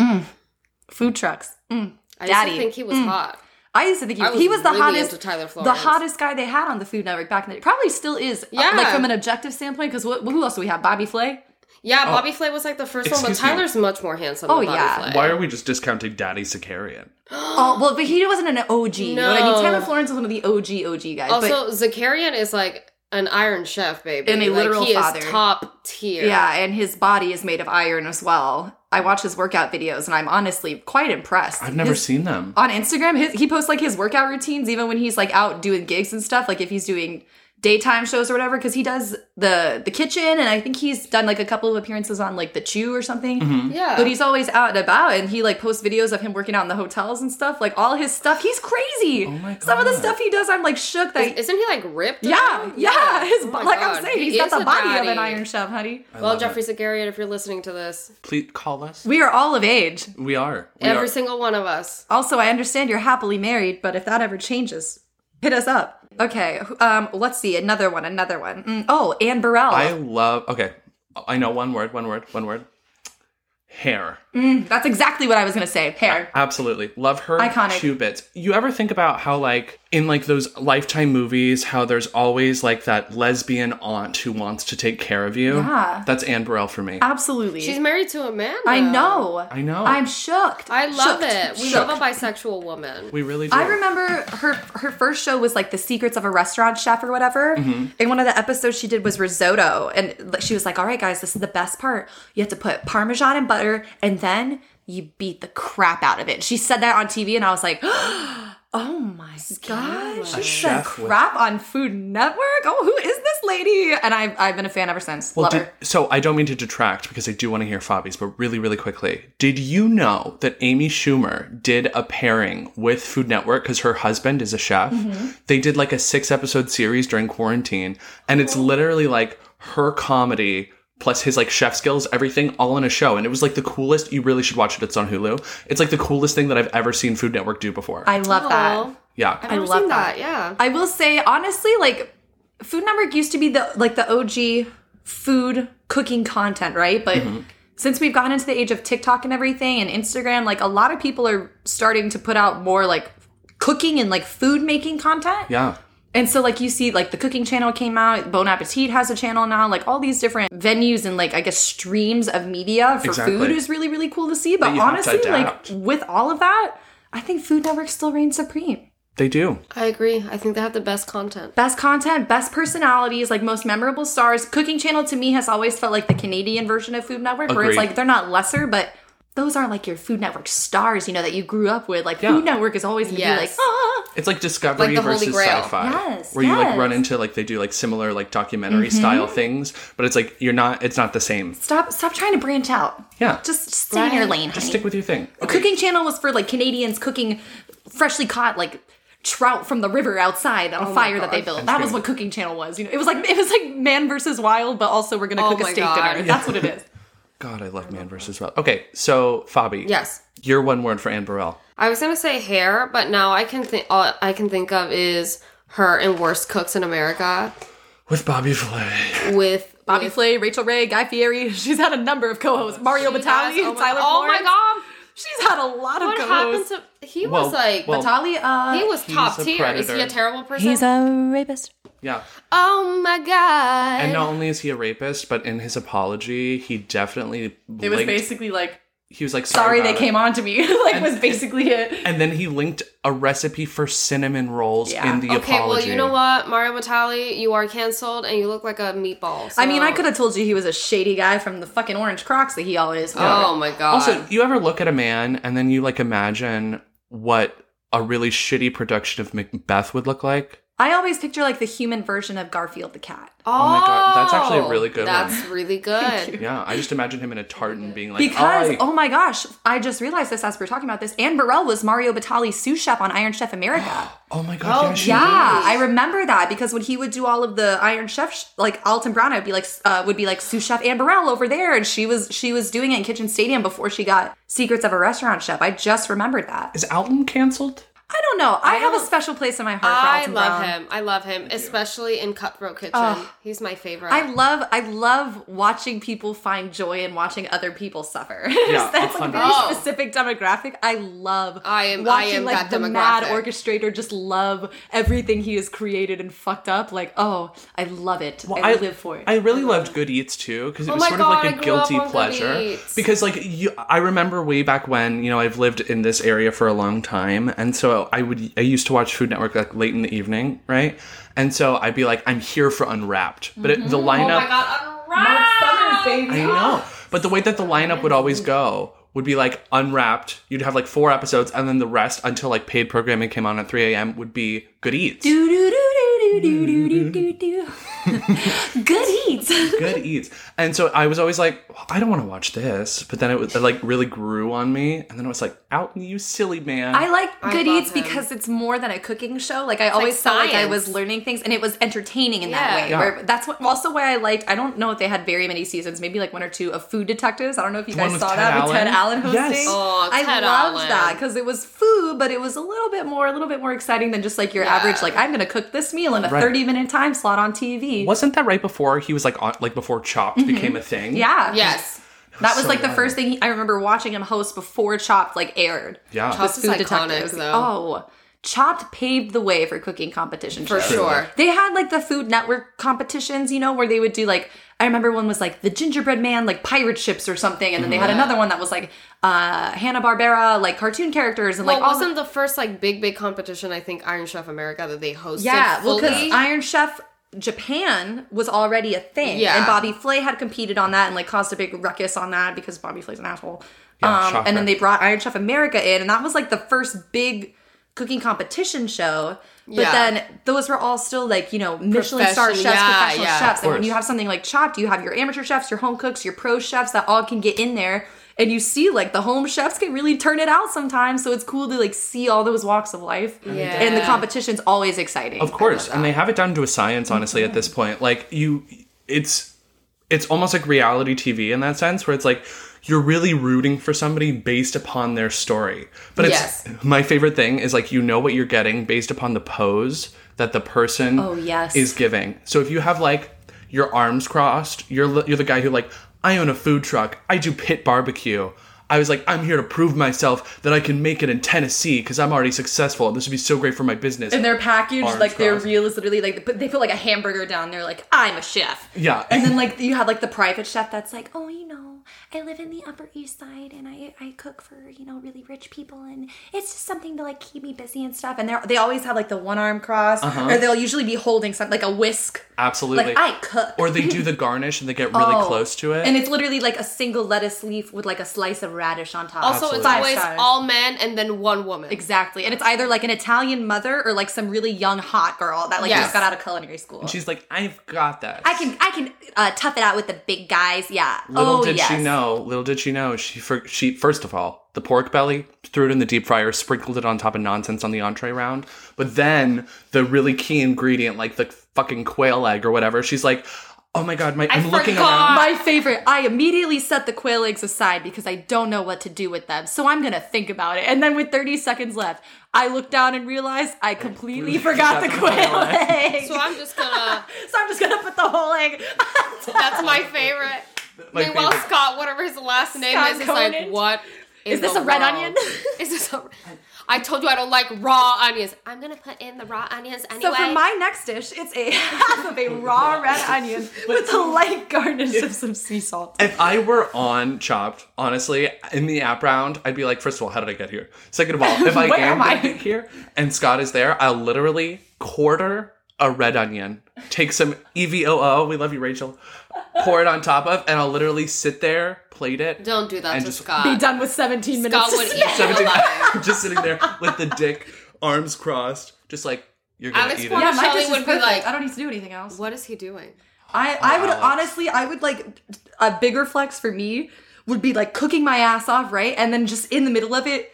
[SPEAKER 2] food trucks. Mm.
[SPEAKER 4] I used
[SPEAKER 2] Daddy. Mm.
[SPEAKER 4] to think he was hot.
[SPEAKER 2] I used to think he,
[SPEAKER 4] I was
[SPEAKER 2] he was the
[SPEAKER 4] really
[SPEAKER 2] hottest,
[SPEAKER 4] into Tyler
[SPEAKER 2] the
[SPEAKER 4] Florence.
[SPEAKER 2] hottest guy they had on the Food Network back in the day. Probably still is. uh,
[SPEAKER 4] Yeah.
[SPEAKER 2] like from an objective standpoint, because who else do we have? Bobby Flay.
[SPEAKER 4] Yeah, Bobby Flay was like the first one, but
[SPEAKER 1] Oh. Excuse me.
[SPEAKER 4] Tyler's much more handsome.
[SPEAKER 2] Oh,
[SPEAKER 4] than Bobby
[SPEAKER 2] yeah.
[SPEAKER 4] Flay.
[SPEAKER 1] Why are we just discounting Daddy Sicarian?
[SPEAKER 2] Oh well, but he wasn't an OG. You know what I mean?
[SPEAKER 4] No.
[SPEAKER 2] Tyler Florence was one of the OG OG guys. but-
[SPEAKER 4] Also, Zakarian is like an Iron Chef, baby,
[SPEAKER 2] And a
[SPEAKER 4] like,
[SPEAKER 2] literal
[SPEAKER 4] he
[SPEAKER 2] father.
[SPEAKER 4] Is top tier.
[SPEAKER 2] Yeah, and his body is made of iron as well. I watch his workout videos and I'm honestly quite impressed.
[SPEAKER 1] I've never
[SPEAKER 2] His-
[SPEAKER 1] seen them.
[SPEAKER 2] on Instagram, his, he posts like his workout routines even when he's like out doing gigs and stuff, like if he's doing daytime shows or whatever cuz he does the the kitchen and I think he's done like a couple of appearances on like the Chew or something.
[SPEAKER 1] Mm-hmm.
[SPEAKER 4] yeah.
[SPEAKER 2] But he's always out and about and he like posts videos of him working out in the hotels and stuff. Like all his stuff, he's crazy.
[SPEAKER 1] Oh my
[SPEAKER 2] Some of the
[SPEAKER 1] God.
[SPEAKER 2] stuff he does, I'm like shook that
[SPEAKER 4] Isn't he like ripped? or
[SPEAKER 2] yeah,
[SPEAKER 4] something?
[SPEAKER 2] yeah, his
[SPEAKER 4] Oh
[SPEAKER 2] bo-
[SPEAKER 4] my
[SPEAKER 2] like I'm
[SPEAKER 4] God.
[SPEAKER 2] saying,
[SPEAKER 4] He
[SPEAKER 2] he's got
[SPEAKER 4] is
[SPEAKER 2] the
[SPEAKER 4] a
[SPEAKER 2] body of an
[SPEAKER 4] daddy.
[SPEAKER 2] iron chef, honey.
[SPEAKER 4] Well, Jeffrey Zakarian, if you're listening to this,
[SPEAKER 1] Please call us.
[SPEAKER 2] We are all of age.
[SPEAKER 1] We are. We
[SPEAKER 4] every
[SPEAKER 1] are.
[SPEAKER 4] single one of us.
[SPEAKER 2] Also, I understand you're happily married, but if that ever changes, hit us up. Okay, who- um, let's see another one, another one. Mm, oh, Anne Burrell.
[SPEAKER 1] I love. Okay, I know one word. One word. One word. Hair.
[SPEAKER 2] Mm, that's exactly what I was gonna say. Hair.
[SPEAKER 1] Absolutely. Love her
[SPEAKER 2] Iconic.
[SPEAKER 1] two bits. You ever think about how like in like those lifetime movies, how there's always like that lesbian aunt who wants to take care of you?
[SPEAKER 2] Yeah.
[SPEAKER 1] That's Anne Burrell for me.
[SPEAKER 2] Absolutely.
[SPEAKER 4] She's married to a man.
[SPEAKER 2] I
[SPEAKER 4] now.
[SPEAKER 2] know.
[SPEAKER 1] I know.
[SPEAKER 2] I'm shooked.
[SPEAKER 4] I love
[SPEAKER 2] Shooked.
[SPEAKER 4] it. We
[SPEAKER 1] Shook.
[SPEAKER 4] love a bisexual woman.
[SPEAKER 1] we really do.
[SPEAKER 2] I remember her her first show was like the secrets of a restaurant chef or whatever.
[SPEAKER 1] Mm-hmm.
[SPEAKER 2] And one of the episodes she did was risotto, and she was like, "All right, guys, this is the best part. You have to put parmesan and butter, and then you beat the crap out of it." She said that on TV, and I was like. Oh my gosh! She said
[SPEAKER 1] chef with-
[SPEAKER 2] crap on Food Network. Oh, who is this lady? And I've, I've been a fan ever since.
[SPEAKER 1] Well,
[SPEAKER 2] Love
[SPEAKER 1] did,
[SPEAKER 2] her.
[SPEAKER 1] so I don't mean to detract because I do want to hear Fabi's, but really, really quickly, did you know that Amy Schumer did a pairing with Food Network because her husband is a chef? They did like a six episode series during quarantine, and it's literally like her comedy plus his like chef skills, everything all in a show, and it was like the coolest. You really should watch it. It's on Hulu. It's like the coolest thing that I've ever seen Food Network do before.
[SPEAKER 2] I love that.
[SPEAKER 4] Aw.
[SPEAKER 1] yeah,
[SPEAKER 4] I've never
[SPEAKER 2] love
[SPEAKER 4] seen
[SPEAKER 2] that.
[SPEAKER 4] that. Yeah.
[SPEAKER 2] I will say honestly, like Food Network used to be the like the OG food cooking content, right? But
[SPEAKER 1] Mm-hmm.
[SPEAKER 2] since we've gotten into the age of TikTok and everything and Instagram, like a lot of people are starting to put out more like cooking and like food making content.
[SPEAKER 1] yeah.
[SPEAKER 2] And so like you see like the cooking channel came out, Bon Appetit has a channel now, like all these different venues and like I guess streams of media for
[SPEAKER 1] Exactly.
[SPEAKER 2] food is really really cool to see, but
[SPEAKER 1] you have to
[SPEAKER 2] honestly like
[SPEAKER 1] adapt.
[SPEAKER 2] with all of that, I think Food Network still reigns supreme
[SPEAKER 1] They do.
[SPEAKER 4] I agree. I think they have the best content.
[SPEAKER 2] best content, best personalities, like most memorable stars. Cooking Channel to me has always felt like the Canadian version of Food Network, where it's
[SPEAKER 1] Agreed.
[SPEAKER 2] like they're not lesser, but those aren't like your Food Network stars, you know, that you grew up with. Like Food Network is always gonna be like,
[SPEAKER 4] Yes.
[SPEAKER 2] ah.
[SPEAKER 1] It's like Discovery
[SPEAKER 4] Like the Holy
[SPEAKER 1] versus
[SPEAKER 4] Grail.
[SPEAKER 1] sci-fi.
[SPEAKER 2] Yes,
[SPEAKER 1] Where you like run
[SPEAKER 2] yes.
[SPEAKER 1] into like they do like similar like documentary
[SPEAKER 4] Mm-hmm.
[SPEAKER 1] style things, but it's like you're not it's not the same.
[SPEAKER 2] Stop, stop trying to branch out.
[SPEAKER 1] Yeah.
[SPEAKER 2] Just, just stay in your lane, honey.
[SPEAKER 1] Just stick with your thing.
[SPEAKER 2] Cooking Channel was for like Canadians cooking freshly caught like trout from the river outside on a
[SPEAKER 4] Oh
[SPEAKER 2] fire that they built. That was what Cooking Channel was. You know, it was like it was like man versus wild, but also we're gonna
[SPEAKER 4] Oh
[SPEAKER 2] cook a
[SPEAKER 4] my
[SPEAKER 2] steak
[SPEAKER 4] God.
[SPEAKER 2] dinner. That's what it is.
[SPEAKER 1] God, I love Man versus Wild. Okay, so Fabi.
[SPEAKER 4] Yes.
[SPEAKER 1] Your one word for Anne Burrell.
[SPEAKER 4] I was gonna say hair, but now I can think. All I can think of is her and Worst Cooks in America
[SPEAKER 1] With Bobby Flay.
[SPEAKER 4] with
[SPEAKER 2] Bobby Flay, Rachel Ray, Guy Fieri. She's had a number of co-hosts. Mario Batali,
[SPEAKER 4] oh my,
[SPEAKER 2] Tyler
[SPEAKER 4] Oh
[SPEAKER 2] Florence.
[SPEAKER 4] my god!
[SPEAKER 2] She's had a lot of
[SPEAKER 4] What happened
[SPEAKER 2] co-hosts.
[SPEAKER 4] to? He
[SPEAKER 1] Well,
[SPEAKER 4] was like
[SPEAKER 1] well-
[SPEAKER 2] Batali, uh,
[SPEAKER 4] he was
[SPEAKER 1] He's
[SPEAKER 4] top
[SPEAKER 1] a
[SPEAKER 4] tier. Is he
[SPEAKER 1] predator.
[SPEAKER 4] a terrible person?
[SPEAKER 2] a rapist.
[SPEAKER 1] Yeah.
[SPEAKER 4] oh my god!
[SPEAKER 1] And not only is he a rapist, but in his apology, he definitely
[SPEAKER 2] It was
[SPEAKER 1] linked-
[SPEAKER 2] basically like
[SPEAKER 1] he was like, sorry,
[SPEAKER 2] Sorry
[SPEAKER 1] about
[SPEAKER 2] they
[SPEAKER 1] it."
[SPEAKER 2] came on to me. like was basically it.
[SPEAKER 1] And then he linked a recipe for cinnamon rolls in the
[SPEAKER 4] Okay,
[SPEAKER 1] apology.
[SPEAKER 4] well, you know what, Mario Batali, you are canceled, and you look like a meatball.
[SPEAKER 2] I mean,
[SPEAKER 4] so-
[SPEAKER 2] I could have told you he was a shady guy from the fucking orange Crocs that he always. wore.
[SPEAKER 4] Oh my god.
[SPEAKER 1] Also, you ever look at a man and then you like imagine what a really shitty production of Macbeth would look like?
[SPEAKER 2] I always picture like the human version of Garfield the cat.
[SPEAKER 4] oh
[SPEAKER 1] my God, that's actually a really good
[SPEAKER 4] That's
[SPEAKER 1] one.
[SPEAKER 4] really good.
[SPEAKER 1] Yeah, I just imagine him in a tartan being like,
[SPEAKER 2] Because
[SPEAKER 1] "I-
[SPEAKER 2] oh my gosh, I just realized this as we were talking about this. Anne Burrell was Mario Batali's sous chef on Iron Chef America.
[SPEAKER 1] oh my god,
[SPEAKER 4] Oh,
[SPEAKER 1] yeah, she
[SPEAKER 2] yeah, I remember that because when he would do all of the Iron Chef, sh- like Alton Brown, would be like uh, would be like sous chef Anne Burrell over there, and she was she was doing it in Kitchen Stadium before she got Secrets of a Restaurant Chef. I just remembered that.
[SPEAKER 1] is Alton canceled?
[SPEAKER 2] I don't know. I, have a
[SPEAKER 4] don't-
[SPEAKER 2] special place in my heart. For
[SPEAKER 4] I
[SPEAKER 2] Alton
[SPEAKER 4] love
[SPEAKER 2] Brown.
[SPEAKER 4] him. I love him, especially in Cutthroat Kitchen. He's my favorite.
[SPEAKER 2] I love I love watching people find joy and watching other people suffer.
[SPEAKER 1] Yeah,
[SPEAKER 2] That's like
[SPEAKER 1] 100.
[SPEAKER 2] a very
[SPEAKER 4] Oh.
[SPEAKER 2] specific demographic. I love
[SPEAKER 4] I am- I
[SPEAKER 2] watching
[SPEAKER 4] am
[SPEAKER 2] like
[SPEAKER 4] that
[SPEAKER 2] the mad
[SPEAKER 4] demographic.
[SPEAKER 2] orchestrator just love everything he has created and fucked up. Like, oh, I love it.
[SPEAKER 1] Well,
[SPEAKER 2] I, live for it.
[SPEAKER 1] I really loved Good Eats too because it was
[SPEAKER 4] Oh my
[SPEAKER 1] sort
[SPEAKER 4] God,
[SPEAKER 1] of
[SPEAKER 4] I
[SPEAKER 1] like a
[SPEAKER 4] grew up
[SPEAKER 1] guilty
[SPEAKER 4] on Good
[SPEAKER 1] pleasure.
[SPEAKER 4] Eats.
[SPEAKER 1] Because like you, I remember way back when you know I've lived in this area for a long time, and so I would I used to watch Food Network like late in the evening, right? And so I'd be like, I'm here for Unwrapped, but it, the lineup.
[SPEAKER 4] oh my god, Ah! unwrapped.
[SPEAKER 1] I know. But the way that the lineup would always go would be like unwrapped. You'd have like four episodes, and then the rest until like paid programming came on at 3 a.m. would be Good Eats.
[SPEAKER 2] Do-do-do-do-do-do-do-do-do.
[SPEAKER 1] Mm-hmm.
[SPEAKER 2] Good eats.
[SPEAKER 1] Good Eats. And so I was always like, "Well, I don't want to watch this. But then it was it like really grew on me, and then I was like, out you silly man.
[SPEAKER 2] I like Good
[SPEAKER 4] love
[SPEAKER 2] Eats
[SPEAKER 4] him.
[SPEAKER 2] because it's more than a cooking show. Like I always felt like I was
[SPEAKER 4] science.
[SPEAKER 2] learning things, and it was entertaining in that
[SPEAKER 4] Yeah.
[SPEAKER 2] way.
[SPEAKER 4] Yeah.
[SPEAKER 2] Where that's what, also why I liked. I don't know if they had very many seasons, maybe like one or two of Food Detectives. I don't know if you
[SPEAKER 1] one
[SPEAKER 2] guys
[SPEAKER 1] with
[SPEAKER 2] saw
[SPEAKER 1] Ted
[SPEAKER 2] that with Ted
[SPEAKER 1] Allen?
[SPEAKER 2] Allen hosting.
[SPEAKER 1] Yes.
[SPEAKER 4] Oh,
[SPEAKER 2] I
[SPEAKER 4] Ted
[SPEAKER 2] loved
[SPEAKER 4] Allen.
[SPEAKER 2] that because it was food, but it was a little bit more, a little bit more exciting than just like your average. Like I'm going to cook this meal in a
[SPEAKER 1] Right.
[SPEAKER 2] 30 minute time slot on TV.
[SPEAKER 1] Wasn't that right before he was like on, like before Chopped became a thing?
[SPEAKER 2] Mm-hmm. Yeah.
[SPEAKER 4] Yes.
[SPEAKER 2] That was
[SPEAKER 1] So
[SPEAKER 2] like the
[SPEAKER 1] good.
[SPEAKER 2] first thing he, I remember watching him host before Chopped like aired.
[SPEAKER 1] Yeah.
[SPEAKER 4] Chopped is
[SPEAKER 2] Food
[SPEAKER 4] iconic,
[SPEAKER 2] Detectives.
[SPEAKER 4] though.
[SPEAKER 2] Oh, Chopped paved the way for cooking competition
[SPEAKER 4] For
[SPEAKER 2] shows.
[SPEAKER 4] sure.
[SPEAKER 2] They had like the Food Network competitions, you know, where they would do like I remember one was like the Gingerbread Man, like pirate ships or something, and then they had
[SPEAKER 1] Mm-hmm.
[SPEAKER 2] another one that was like uh Hanna Barbera, like cartoon characters and
[SPEAKER 4] Well,
[SPEAKER 2] like um, all
[SPEAKER 4] wasn't the first like big big competition? I think Iron Chef America that they hosted.
[SPEAKER 2] yeah, well, because
[SPEAKER 4] fully?
[SPEAKER 2] Iron Chef Japan was already a thing,
[SPEAKER 4] Yeah.
[SPEAKER 2] and Bobby Flay had competed on that and like caused a big ruckus on that because Bobby Flay's an asshole.
[SPEAKER 1] Yeah,
[SPEAKER 2] um, and
[SPEAKER 1] shocker.
[SPEAKER 2] then they brought Iron Chef America in, and that was like the first big cooking competition show. But
[SPEAKER 4] Yeah.
[SPEAKER 2] then those were all still like you know Michelin star
[SPEAKER 4] Profession-
[SPEAKER 2] chefs,
[SPEAKER 4] yeah,
[SPEAKER 2] professional
[SPEAKER 4] yeah, of
[SPEAKER 2] chefs, and when
[SPEAKER 1] course.
[SPEAKER 2] you have something like Chopped, you have your amateur chefs, your home cooks, your pro chefs that all can get in there. And you see, like the home chefs can really turn it out sometimes, so it's cool to like see all those walks of life. And the
[SPEAKER 4] Yeah.
[SPEAKER 2] competition's always exciting.
[SPEAKER 1] Of course, and they have it down to a science. Honestly, at this point, like you, it's it's almost like reality TV in that sense, where it's like you're really rooting for somebody based upon their story. But it's
[SPEAKER 4] Yes.
[SPEAKER 1] my favorite thing is like you know what you're getting based upon the pose that the person
[SPEAKER 2] Oh, yes.
[SPEAKER 1] is giving. So if you have like your arms crossed, you're li- you're the guy who like I own a food truck. I do pit barbecue. I was like, I'm here to prove myself that I can make it in Tennessee because I'm already successful. This would be so great for my business.
[SPEAKER 2] and their package,
[SPEAKER 1] Arms
[SPEAKER 2] like their
[SPEAKER 1] crossed.
[SPEAKER 2] reel is literally like they put- they put like a hamburger down. They're like, I'm a chef.
[SPEAKER 1] Yeah.
[SPEAKER 2] And then like you have like the private chef that's like, oh,
[SPEAKER 5] Oh, you know, I live in the Upper East Side and I, I cook for, you know, really rich people and it's just something to like keep me busy and stuff.
[SPEAKER 2] and they they always have like the one arm crossed, or they'll usually be holding something like a whisk.
[SPEAKER 1] Uh-huh. Absolutely.
[SPEAKER 2] Like I cook.
[SPEAKER 1] or they do the garnish and they get really
[SPEAKER 2] Oh.
[SPEAKER 1] close to it.
[SPEAKER 2] And it's literally like a single lettuce leaf with like a slice of radish on top.
[SPEAKER 4] also it's
[SPEAKER 1] Absolutely.
[SPEAKER 4] always
[SPEAKER 2] Five stars.
[SPEAKER 4] all men and then one woman.
[SPEAKER 2] exactly, and it's either like an Italian mother or like some really young hot girl that like
[SPEAKER 4] Yes.
[SPEAKER 2] just got out of culinary school.
[SPEAKER 1] she's like, I've got that.
[SPEAKER 2] I can I can uh, tough it out with the big guys. Yeah.
[SPEAKER 1] Little
[SPEAKER 2] oh
[SPEAKER 1] did
[SPEAKER 2] yes.
[SPEAKER 1] she know. Little did she know. She for, she first of all the pork belly threw it in the deep fryer, sprinkled it on top of nonsense on the entree round. But then the really key ingredient, like the fucking quail egg or whatever, she's like, Oh my god, my, I'm looking around.
[SPEAKER 4] forgot.
[SPEAKER 2] My favorite. I immediately set the quail eggs aside because I don't know what to do with them. So I'm gonna think about it. And then with 30 seconds left, I look down and realize I completely forgot the quail egg.
[SPEAKER 4] So I'm just gonna.
[SPEAKER 2] So I'm just gonna put the whole egg.
[SPEAKER 4] That's my favorite.
[SPEAKER 1] My
[SPEAKER 4] Meanwhile,
[SPEAKER 1] favorite.
[SPEAKER 4] Scott, whatever his last name
[SPEAKER 2] Scott
[SPEAKER 4] is, is like
[SPEAKER 2] Conant.
[SPEAKER 4] what
[SPEAKER 5] Is this a red onion?
[SPEAKER 4] Is this a? I told you I don't like raw onions. I'm gonna put in the raw onions anyway.
[SPEAKER 2] So for my next dish, it's a half of a raw red onion with a light garnish of some sea salt.
[SPEAKER 1] If I were on Chopped, honestly, in the app round, I'd be like, first of all, how did I get here? Second of all, if I
[SPEAKER 2] Where
[SPEAKER 1] am
[SPEAKER 2] am I?
[SPEAKER 1] gonna get here and Scott is there, I'll literally quarter a red onion, take some E EVOO, we love you, Rachel, pour it on top of, and I'll literally sit there, plate it.
[SPEAKER 4] don't do that
[SPEAKER 1] And
[SPEAKER 4] to
[SPEAKER 1] just-
[SPEAKER 4] Scott.
[SPEAKER 2] Be done with 17 minutes.
[SPEAKER 4] Scott would eat you
[SPEAKER 1] 17
[SPEAKER 4] alive.
[SPEAKER 1] just sitting there with the dick, arms crossed, just like, you're gonna
[SPEAKER 4] Alex
[SPEAKER 1] eat
[SPEAKER 4] wants-
[SPEAKER 1] it.
[SPEAKER 2] yeah, my
[SPEAKER 4] Shelly
[SPEAKER 2] dish
[SPEAKER 4] would
[SPEAKER 2] would
[SPEAKER 4] be
[SPEAKER 2] be
[SPEAKER 4] like-
[SPEAKER 2] I don't need to do anything else.
[SPEAKER 4] What is he doing?
[SPEAKER 2] I, I would
[SPEAKER 1] Alex.
[SPEAKER 2] honestly, I would like a bigger flex for me would be like cooking my ass off, right? And then just in the middle of it,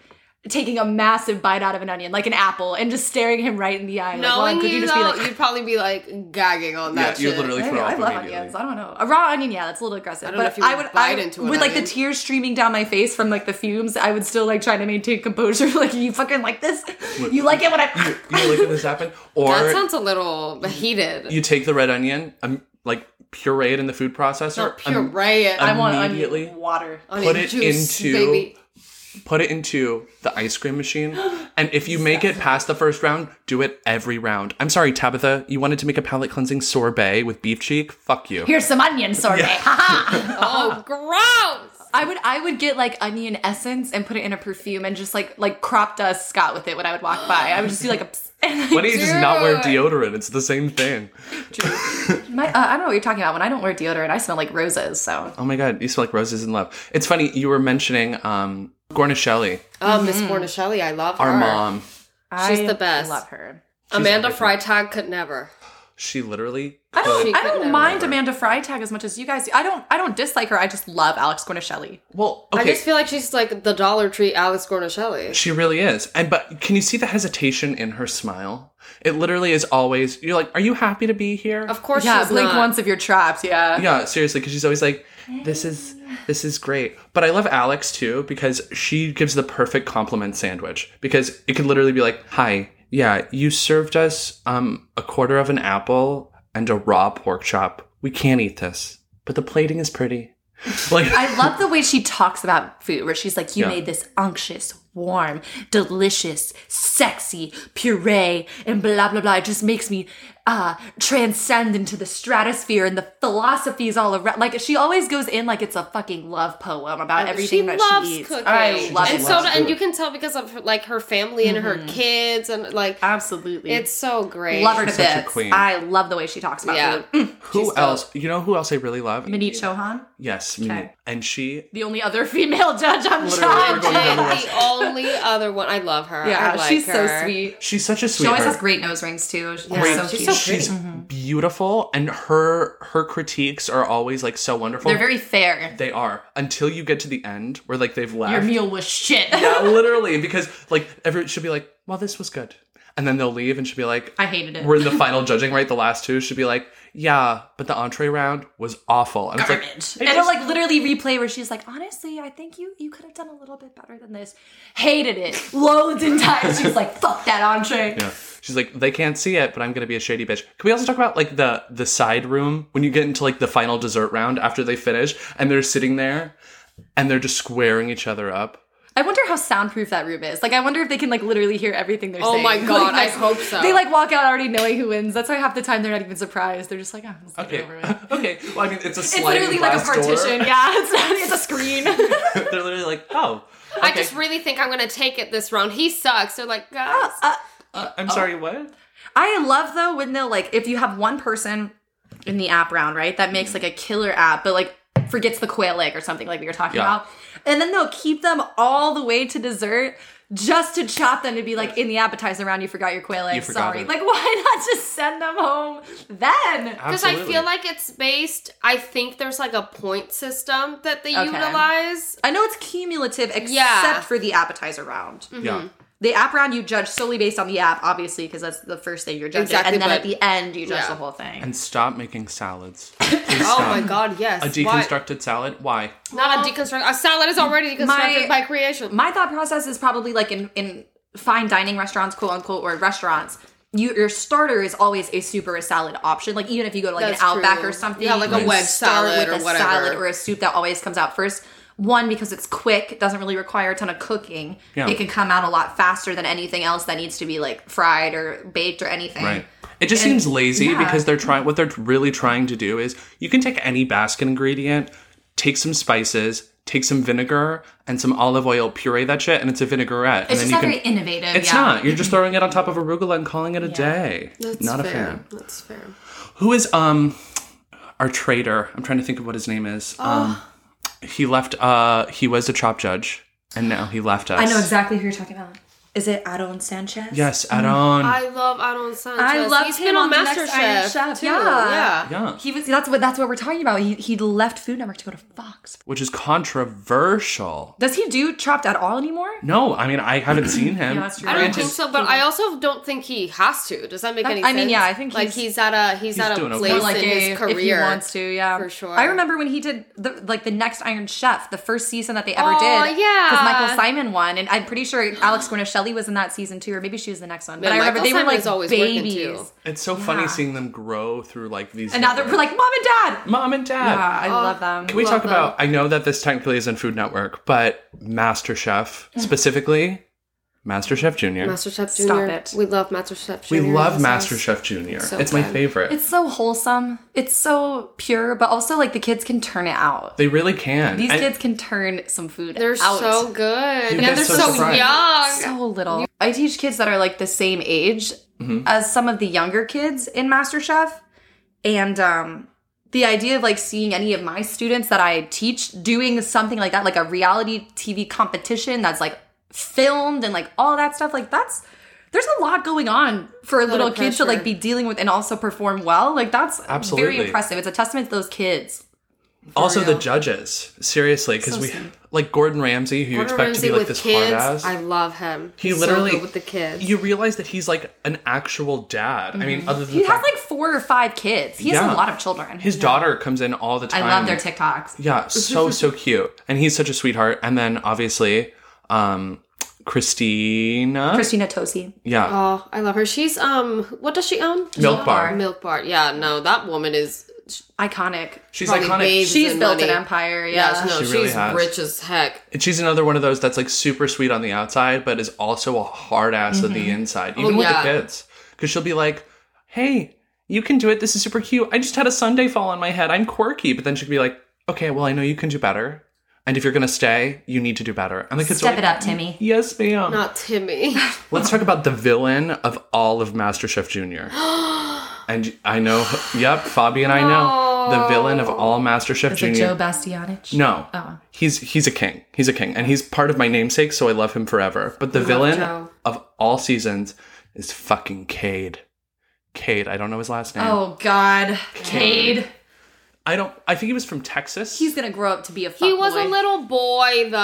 [SPEAKER 2] taking a massive bite out of an onion, like an apple, and just staring him right in the eye. Like, while I'm
[SPEAKER 4] Knowing
[SPEAKER 2] cooking,
[SPEAKER 4] you
[SPEAKER 2] just be
[SPEAKER 4] though,
[SPEAKER 2] like,
[SPEAKER 4] you'd probably be like gagging on that.
[SPEAKER 1] Yeah, you'd
[SPEAKER 4] shit.
[SPEAKER 1] literally
[SPEAKER 2] Hey,
[SPEAKER 1] throw
[SPEAKER 2] I
[SPEAKER 1] up
[SPEAKER 2] love
[SPEAKER 1] immediately.
[SPEAKER 2] onions. I don't know. A raw onion, yeah, that's a little aggressive.
[SPEAKER 4] don't
[SPEAKER 2] but
[SPEAKER 4] know if you
[SPEAKER 2] I
[SPEAKER 4] would
[SPEAKER 2] would, I
[SPEAKER 4] bite
[SPEAKER 2] would,
[SPEAKER 4] into an
[SPEAKER 2] with like the
[SPEAKER 4] onion.
[SPEAKER 2] tears streaming down my face from like the fumes. I would still like trying to maintain composure. Like you fucking like this. You like it when I.
[SPEAKER 1] You look at this happen, or
[SPEAKER 4] That sounds a little heated.
[SPEAKER 1] you take the red onion, um, like puree it in the food processor,
[SPEAKER 4] Not
[SPEAKER 1] um,
[SPEAKER 4] puree it.
[SPEAKER 2] I want
[SPEAKER 1] Immediately.
[SPEAKER 2] onion water.
[SPEAKER 4] Onion
[SPEAKER 1] put it
[SPEAKER 4] juice,
[SPEAKER 1] into-
[SPEAKER 4] baby.
[SPEAKER 1] put it into the ice cream machine, and if you make it past the first round, do it every round. I'm sorry, Tabitha, you wanted to make a palate cleansing sorbet with beef cheek? Fuck you.
[SPEAKER 2] Here's some onion sorbet.
[SPEAKER 4] Oh, gross!
[SPEAKER 2] I would I would get like onion essence and put it in a perfume and just like like crop dust Scott with it when I would walk by. I would just do like a. psst, and, like,
[SPEAKER 1] Why do you just not wear
[SPEAKER 4] Dude.
[SPEAKER 1] deodorant? It's the same thing.
[SPEAKER 2] my, uh, I don't know what you're talking about. When I don't wear deodorant, I smell like roses. So
[SPEAKER 1] Oh my god, you smell like roses in love. It's funny, you were mentioning um Gornicelli,
[SPEAKER 4] Oh, Miss
[SPEAKER 2] Mm-hmm.
[SPEAKER 4] Bornicelli, I love her.
[SPEAKER 1] our mom.
[SPEAKER 4] She's
[SPEAKER 2] I
[SPEAKER 4] the best.
[SPEAKER 2] Love her.
[SPEAKER 4] Amanda Freitag could never.
[SPEAKER 1] She literally
[SPEAKER 2] I don't.
[SPEAKER 4] She
[SPEAKER 2] I
[SPEAKER 4] could never
[SPEAKER 2] don't mind Amanda Freitag as much as you guys. do. I don't. I don't dislike her. I just love Alex Gornishelli.
[SPEAKER 1] Well, okay.
[SPEAKER 4] I just feel like she's like the Dollar Tree Alex Gornicelli.
[SPEAKER 1] She really is. And but can you see the hesitation in her smile? It literally is always you're like, "Are you happy to be here?"
[SPEAKER 4] Of course,
[SPEAKER 2] Yeah,
[SPEAKER 4] she's
[SPEAKER 2] blink
[SPEAKER 4] not.
[SPEAKER 2] once if you're trapped. Yeah.
[SPEAKER 1] yeah, seriously, cuz she's always like, "This is this is great." But I love Alex too because she gives the perfect compliment sandwich because it could literally be like, "Hi, yeah, you served us um a quarter of an apple and a raw pork chop. We can't eat this, but the plating is pretty." Like
[SPEAKER 2] I love the way she talks about food, where she's like, "You
[SPEAKER 1] Yeah.
[SPEAKER 2] made this unctuous, warm, delicious, sexy puree, and blah blah blah." It just makes me uh, transcend into the stratosphere and the philosophies all around. Like she always goes in like it's a fucking love poem about everything
[SPEAKER 4] she
[SPEAKER 2] that
[SPEAKER 4] loves
[SPEAKER 2] she eats.
[SPEAKER 4] cooking.
[SPEAKER 2] I love
[SPEAKER 4] and
[SPEAKER 2] it.
[SPEAKER 4] so, and you can tell because of her, like her family and her kids, and like
[SPEAKER 2] Absolutely,
[SPEAKER 4] it's so great.
[SPEAKER 2] Um, love her to
[SPEAKER 1] She's such a
[SPEAKER 2] bits.
[SPEAKER 1] queen.
[SPEAKER 2] I love the way she talks about
[SPEAKER 4] Yeah. Mm.
[SPEAKER 2] food.
[SPEAKER 1] who else? You know who else I really love?
[SPEAKER 2] Minnie Chohan,
[SPEAKER 1] Yes, Minnie. And she
[SPEAKER 2] the only other female judge on
[SPEAKER 1] Literally, we're
[SPEAKER 2] Chopped.
[SPEAKER 1] going down the
[SPEAKER 4] the only other one. I love her.
[SPEAKER 2] Yeah,
[SPEAKER 4] I like
[SPEAKER 2] she's
[SPEAKER 4] her.
[SPEAKER 2] so sweet.
[SPEAKER 1] She's such a sweetheart.
[SPEAKER 2] She always has great nose rings too. She's so Mm-hmm.
[SPEAKER 4] She's
[SPEAKER 2] cute.
[SPEAKER 4] so
[SPEAKER 1] She's beautiful, and her her critiques are always like so wonderful.
[SPEAKER 2] They're very fair.
[SPEAKER 1] They are until you get to the end where like they've left.
[SPEAKER 2] Your meal was shit.
[SPEAKER 1] Yeah, literally, because like everyone should be like, "Well, this was good," and then they'll leave and should be like,
[SPEAKER 2] I hated it.
[SPEAKER 1] "We're in the final judging, right? The last two should be like, yeah, but the entree round was awful." And it's like,
[SPEAKER 2] Garbage. And it'll like literally replay where she's like, honestly, I think you you could have done a little bit better than this. Hated it. Loads and times. She's like, fuck that entree.
[SPEAKER 1] Yeah. She's like, they can't see it, but I'm gonna be a shady bitch. Can we also talk about like the the side room when you get into like the final dessert round after they finish and they're sitting there and they're just squaring each other up.
[SPEAKER 2] I wonder how soundproof that room is. Like, I wonder if they can like literally hear everything they're
[SPEAKER 4] Oh
[SPEAKER 2] saying.
[SPEAKER 4] my
[SPEAKER 2] Like,
[SPEAKER 4] God, I
[SPEAKER 2] that's-
[SPEAKER 4] hope so.
[SPEAKER 2] They like walk out already knowing who wins. That's why half the time they're not even surprised. They're just like, oh, let's get it
[SPEAKER 1] Okay.
[SPEAKER 2] over with.
[SPEAKER 1] okay. Well, I mean, it's a
[SPEAKER 2] It's
[SPEAKER 1] sliding
[SPEAKER 2] literally like a
[SPEAKER 1] glass door.
[SPEAKER 2] partition. Yeah, it's not. It's a screen.
[SPEAKER 1] they're literally like, oh,
[SPEAKER 4] I just really think I'm gonna take it this round. He sucks. They're like, guys,
[SPEAKER 2] Uh,
[SPEAKER 1] I'm sorry, what?
[SPEAKER 2] I love though when they'll like if you have one person in the app round, right, that makes like a killer app, but like forgets the quail egg or something like we were talking
[SPEAKER 1] Yeah.
[SPEAKER 2] about. And then they'll keep them all the way to dessert just to chop them to be like in the appetizer round, you forgot your quail egg.
[SPEAKER 1] forgot
[SPEAKER 2] Sorry.
[SPEAKER 1] it.
[SPEAKER 2] Like why not just send them home then?
[SPEAKER 4] because I feel like it's based. I think there's like a point system that they
[SPEAKER 2] Okay.
[SPEAKER 4] utilize.
[SPEAKER 2] I know it's cumulative except
[SPEAKER 4] Yeah.
[SPEAKER 2] for the appetizer round.
[SPEAKER 1] Yeah.
[SPEAKER 2] The app round you judge solely based on the app, obviously, because that's the first thing you're judging.
[SPEAKER 4] Exactly,
[SPEAKER 2] and then at
[SPEAKER 4] but-
[SPEAKER 2] the end you judge
[SPEAKER 4] Yeah.
[SPEAKER 2] the whole thing.
[SPEAKER 1] And stop making salads.
[SPEAKER 4] Oh my god, yes.
[SPEAKER 1] um, A
[SPEAKER 4] Why-
[SPEAKER 1] deconstructed salad? Why?
[SPEAKER 4] Not a deconstruct. A salad is already deconstructed
[SPEAKER 2] My-
[SPEAKER 4] by creation.
[SPEAKER 2] my thought process is probably like in in fine dining restaurants, quote unquote, or restaurants. You, your starter is always a super salad option. Like even if you go to like
[SPEAKER 4] That's
[SPEAKER 2] an Outback
[SPEAKER 4] true.
[SPEAKER 2] or something,
[SPEAKER 4] Yeah, like a
[SPEAKER 2] you
[SPEAKER 4] wedge
[SPEAKER 2] start
[SPEAKER 4] salad
[SPEAKER 2] with
[SPEAKER 4] or
[SPEAKER 2] a
[SPEAKER 4] whatever.
[SPEAKER 2] salad or a soup that always comes out first. One because it's quick, it doesn't really require a ton of cooking.
[SPEAKER 1] Yeah.
[SPEAKER 2] It can come out a lot faster than anything else that needs to be like fried or baked or anything.
[SPEAKER 1] Right. It just
[SPEAKER 2] And-
[SPEAKER 1] seems lazy
[SPEAKER 2] yeah.
[SPEAKER 1] because they're trying what they're really trying to do is you can take any basket ingredient, take some spices, take some vinegar and some olive oil, puree that shit, and it's a vinaigrette. and
[SPEAKER 2] It's just not
[SPEAKER 1] you
[SPEAKER 2] very innovative.
[SPEAKER 1] It's
[SPEAKER 2] yeah.
[SPEAKER 1] not. You're just throwing it on top of arugula and calling it a day.
[SPEAKER 4] That's
[SPEAKER 1] not a
[SPEAKER 4] fair.
[SPEAKER 1] fan.
[SPEAKER 4] That's fair.
[SPEAKER 1] Who is um our traitor? I'm trying to think of what his name is.
[SPEAKER 4] Ah.
[SPEAKER 1] Um he left uh he was a chop judge and now he left us.
[SPEAKER 2] I know exactly who you're talking about. Is it Adon Sanchez?
[SPEAKER 1] Yes, Adon.
[SPEAKER 4] Mm-hmm. I love Adon Sanchez.
[SPEAKER 2] I loved
[SPEAKER 4] He's
[SPEAKER 2] him
[SPEAKER 4] been
[SPEAKER 2] on the next Iron
[SPEAKER 4] MasterChef,
[SPEAKER 2] Chef,
[SPEAKER 4] too.
[SPEAKER 2] yeah.
[SPEAKER 4] yeah.
[SPEAKER 1] yeah.
[SPEAKER 2] He was. That's what. That's what we're talking about. He he left Food Network to go to Fox.
[SPEAKER 1] Which is controversial.
[SPEAKER 2] Does he do Chopped at all anymore?
[SPEAKER 1] No, I mean I haven't seen him.
[SPEAKER 2] that's true.
[SPEAKER 4] I don't
[SPEAKER 1] Granted,
[SPEAKER 4] think so, but
[SPEAKER 1] mm.
[SPEAKER 4] I also don't think he has to. Does that make
[SPEAKER 2] That-
[SPEAKER 4] any
[SPEAKER 2] I
[SPEAKER 4] sense?
[SPEAKER 2] mean, yeah, I think
[SPEAKER 4] like
[SPEAKER 2] he's-
[SPEAKER 4] he's at a he's, at a
[SPEAKER 1] doing okay.
[SPEAKER 4] place
[SPEAKER 1] Or
[SPEAKER 2] like
[SPEAKER 4] in
[SPEAKER 2] a-
[SPEAKER 4] his career
[SPEAKER 2] if he wants to, yeah,
[SPEAKER 4] for sure.
[SPEAKER 2] I remember when he did the, like the next Iron Chef, the first season that they ever
[SPEAKER 4] Aw,
[SPEAKER 2] did.
[SPEAKER 4] yeah.
[SPEAKER 2] because Michael Simon won, and I'm pretty sure Alex Cornishelli was in that season too, or maybe she was the next one. But
[SPEAKER 4] Man,
[SPEAKER 2] I remember
[SPEAKER 4] Michael
[SPEAKER 2] they
[SPEAKER 4] Simon
[SPEAKER 2] were like
[SPEAKER 4] is always working,
[SPEAKER 2] babies,
[SPEAKER 4] too.
[SPEAKER 1] it's so funny seeing them grow through like these.
[SPEAKER 2] and now they're like mom and dad.
[SPEAKER 1] mom and dad.
[SPEAKER 2] Yeah, I love them.
[SPEAKER 1] Can we
[SPEAKER 4] Love
[SPEAKER 1] talk about? I know that this technically isn't Food Network, but MasterChef
[SPEAKER 4] Mm.
[SPEAKER 1] specifically, MasterChef Junior.
[SPEAKER 4] MasterChef Junior.
[SPEAKER 2] Stop it.
[SPEAKER 4] We love MasterChef
[SPEAKER 1] we
[SPEAKER 4] Junior.
[SPEAKER 1] love
[SPEAKER 4] This is-
[SPEAKER 1] MasterChef Junior.
[SPEAKER 4] so
[SPEAKER 1] it's my
[SPEAKER 4] good.
[SPEAKER 1] favorite.
[SPEAKER 2] It's so wholesome. It's so pure, but also like the kids can turn it out.
[SPEAKER 1] they really can.
[SPEAKER 2] These
[SPEAKER 1] I-
[SPEAKER 2] kids can turn some food
[SPEAKER 4] They're
[SPEAKER 2] out.
[SPEAKER 4] so good.
[SPEAKER 1] guys
[SPEAKER 4] And they're
[SPEAKER 1] so
[SPEAKER 4] so,
[SPEAKER 1] surprised.
[SPEAKER 4] young.
[SPEAKER 2] so little. I teach kids that are like the same age
[SPEAKER 1] Mm-hmm.
[SPEAKER 2] as some of the younger kids in MasterChef. And um, the idea of like seeing any of my students that I teach doing something like that, like a reality TV competition that's like filmed and like all that stuff, like that's there's a lot going on for little kids to
[SPEAKER 4] pressure.
[SPEAKER 2] like be dealing with and also perform well. Like that's
[SPEAKER 1] Absolutely.
[SPEAKER 2] very impressive. It's a testament to those kids.
[SPEAKER 1] also the judges. Seriously, because we like Gordon Ramsay, who you
[SPEAKER 4] Gordon
[SPEAKER 1] expect to be
[SPEAKER 4] Ramsay
[SPEAKER 1] like
[SPEAKER 4] with
[SPEAKER 1] this
[SPEAKER 4] kids.
[SPEAKER 1] hard ass.
[SPEAKER 4] I love him.
[SPEAKER 1] he
[SPEAKER 4] He's so
[SPEAKER 1] literally
[SPEAKER 4] good with the kids. Mm-hmm.
[SPEAKER 1] You realize that he's like an actual dad. I mean, other than
[SPEAKER 2] He
[SPEAKER 1] the
[SPEAKER 2] has
[SPEAKER 1] fact-
[SPEAKER 2] like four or five kids. He has
[SPEAKER 1] Yeah.
[SPEAKER 2] a lot of children.
[SPEAKER 1] his daughter comes in all the
[SPEAKER 2] I
[SPEAKER 1] time.
[SPEAKER 2] love their TikToks.
[SPEAKER 1] Yeah, so so cute, and he's such a sweetheart. And then obviously, um, Christina.
[SPEAKER 2] Christina Tosi.
[SPEAKER 1] yeah,
[SPEAKER 4] Oh, I love her. She's um, what does she own?
[SPEAKER 1] Milk Bar.
[SPEAKER 4] Milk Bar. Yeah, no, that woman is
[SPEAKER 2] Iconic.
[SPEAKER 1] She's
[SPEAKER 4] probably
[SPEAKER 1] iconic.
[SPEAKER 4] bathes
[SPEAKER 2] She's
[SPEAKER 4] in
[SPEAKER 2] built
[SPEAKER 4] money.
[SPEAKER 2] an empire. Yeah.
[SPEAKER 4] Yeah, no,
[SPEAKER 1] She
[SPEAKER 4] she's
[SPEAKER 1] really has.
[SPEAKER 4] rich as heck.
[SPEAKER 1] And she's another one of those that's like super sweet on the outside, but is also a hard ass on
[SPEAKER 2] Mm-hmm.
[SPEAKER 1] the inside, even with
[SPEAKER 4] yeah.
[SPEAKER 1] the kids, because she'll be like, "Hey, you can do it. This is super cute. I just had a Sunday fall on my head. I'm quirky." But then she could be like, "Okay, well, I know you can do better, and if you're gonna stay, you need to do better." And the kids are
[SPEAKER 2] Step
[SPEAKER 1] like,
[SPEAKER 2] it up, Timmy.
[SPEAKER 1] Yes, ma'am.
[SPEAKER 4] Not Timmy.
[SPEAKER 1] Let's talk about the villain of all of MasterChef Junior. and I know, yep, Fabi and I know the villain of all MasterChef
[SPEAKER 2] Is it Joe
[SPEAKER 1] Junior.
[SPEAKER 2] Bastianich?
[SPEAKER 1] No,
[SPEAKER 2] Oh.
[SPEAKER 1] he's he's a king. He's a king, and he's part of my namesake, so I love him forever. But the villain
[SPEAKER 4] Joe.
[SPEAKER 1] of all seasons is fucking Cade. Cade, I don't know his last name.
[SPEAKER 2] Oh God,
[SPEAKER 1] Cade.
[SPEAKER 2] Cade.
[SPEAKER 1] I don't. I think he was from Texas.
[SPEAKER 2] He's gonna grow up to be a.
[SPEAKER 4] he was
[SPEAKER 2] fuckboy.
[SPEAKER 4] a little boy though.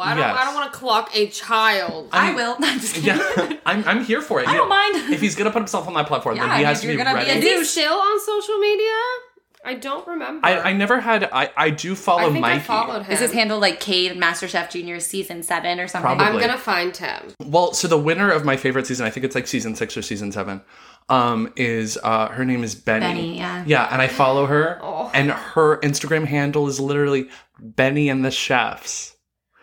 [SPEAKER 4] I don't.
[SPEAKER 1] Yes.
[SPEAKER 4] I don't want to clock a child.
[SPEAKER 2] I will. I'm just kidding.
[SPEAKER 1] yeah, I'm, I'm here for it.
[SPEAKER 2] I don't mind.
[SPEAKER 1] if he's gonna put himself on that platform.
[SPEAKER 2] Yeah,
[SPEAKER 1] then he
[SPEAKER 2] if
[SPEAKER 1] has to
[SPEAKER 2] you're
[SPEAKER 1] be
[SPEAKER 2] gonna be
[SPEAKER 1] ready.
[SPEAKER 2] a
[SPEAKER 4] is he
[SPEAKER 2] douche.
[SPEAKER 4] still on social media? I don't remember.
[SPEAKER 1] I, I never had. I, I do follow
[SPEAKER 4] I think
[SPEAKER 1] Mikey.
[SPEAKER 4] I followed him.
[SPEAKER 2] Is his handle like Cade MasterChef Junior season seven or something?
[SPEAKER 1] Probably.
[SPEAKER 4] I'm gonna find him.
[SPEAKER 1] Well, so the winner of my favorite season, I think it's like season six or season seven, um, is uh, her name is Benny.
[SPEAKER 2] Benny, yeah. Oh.
[SPEAKER 1] Yeah, and I follow her, and her Instagram handle is literally Benny and the Chefs.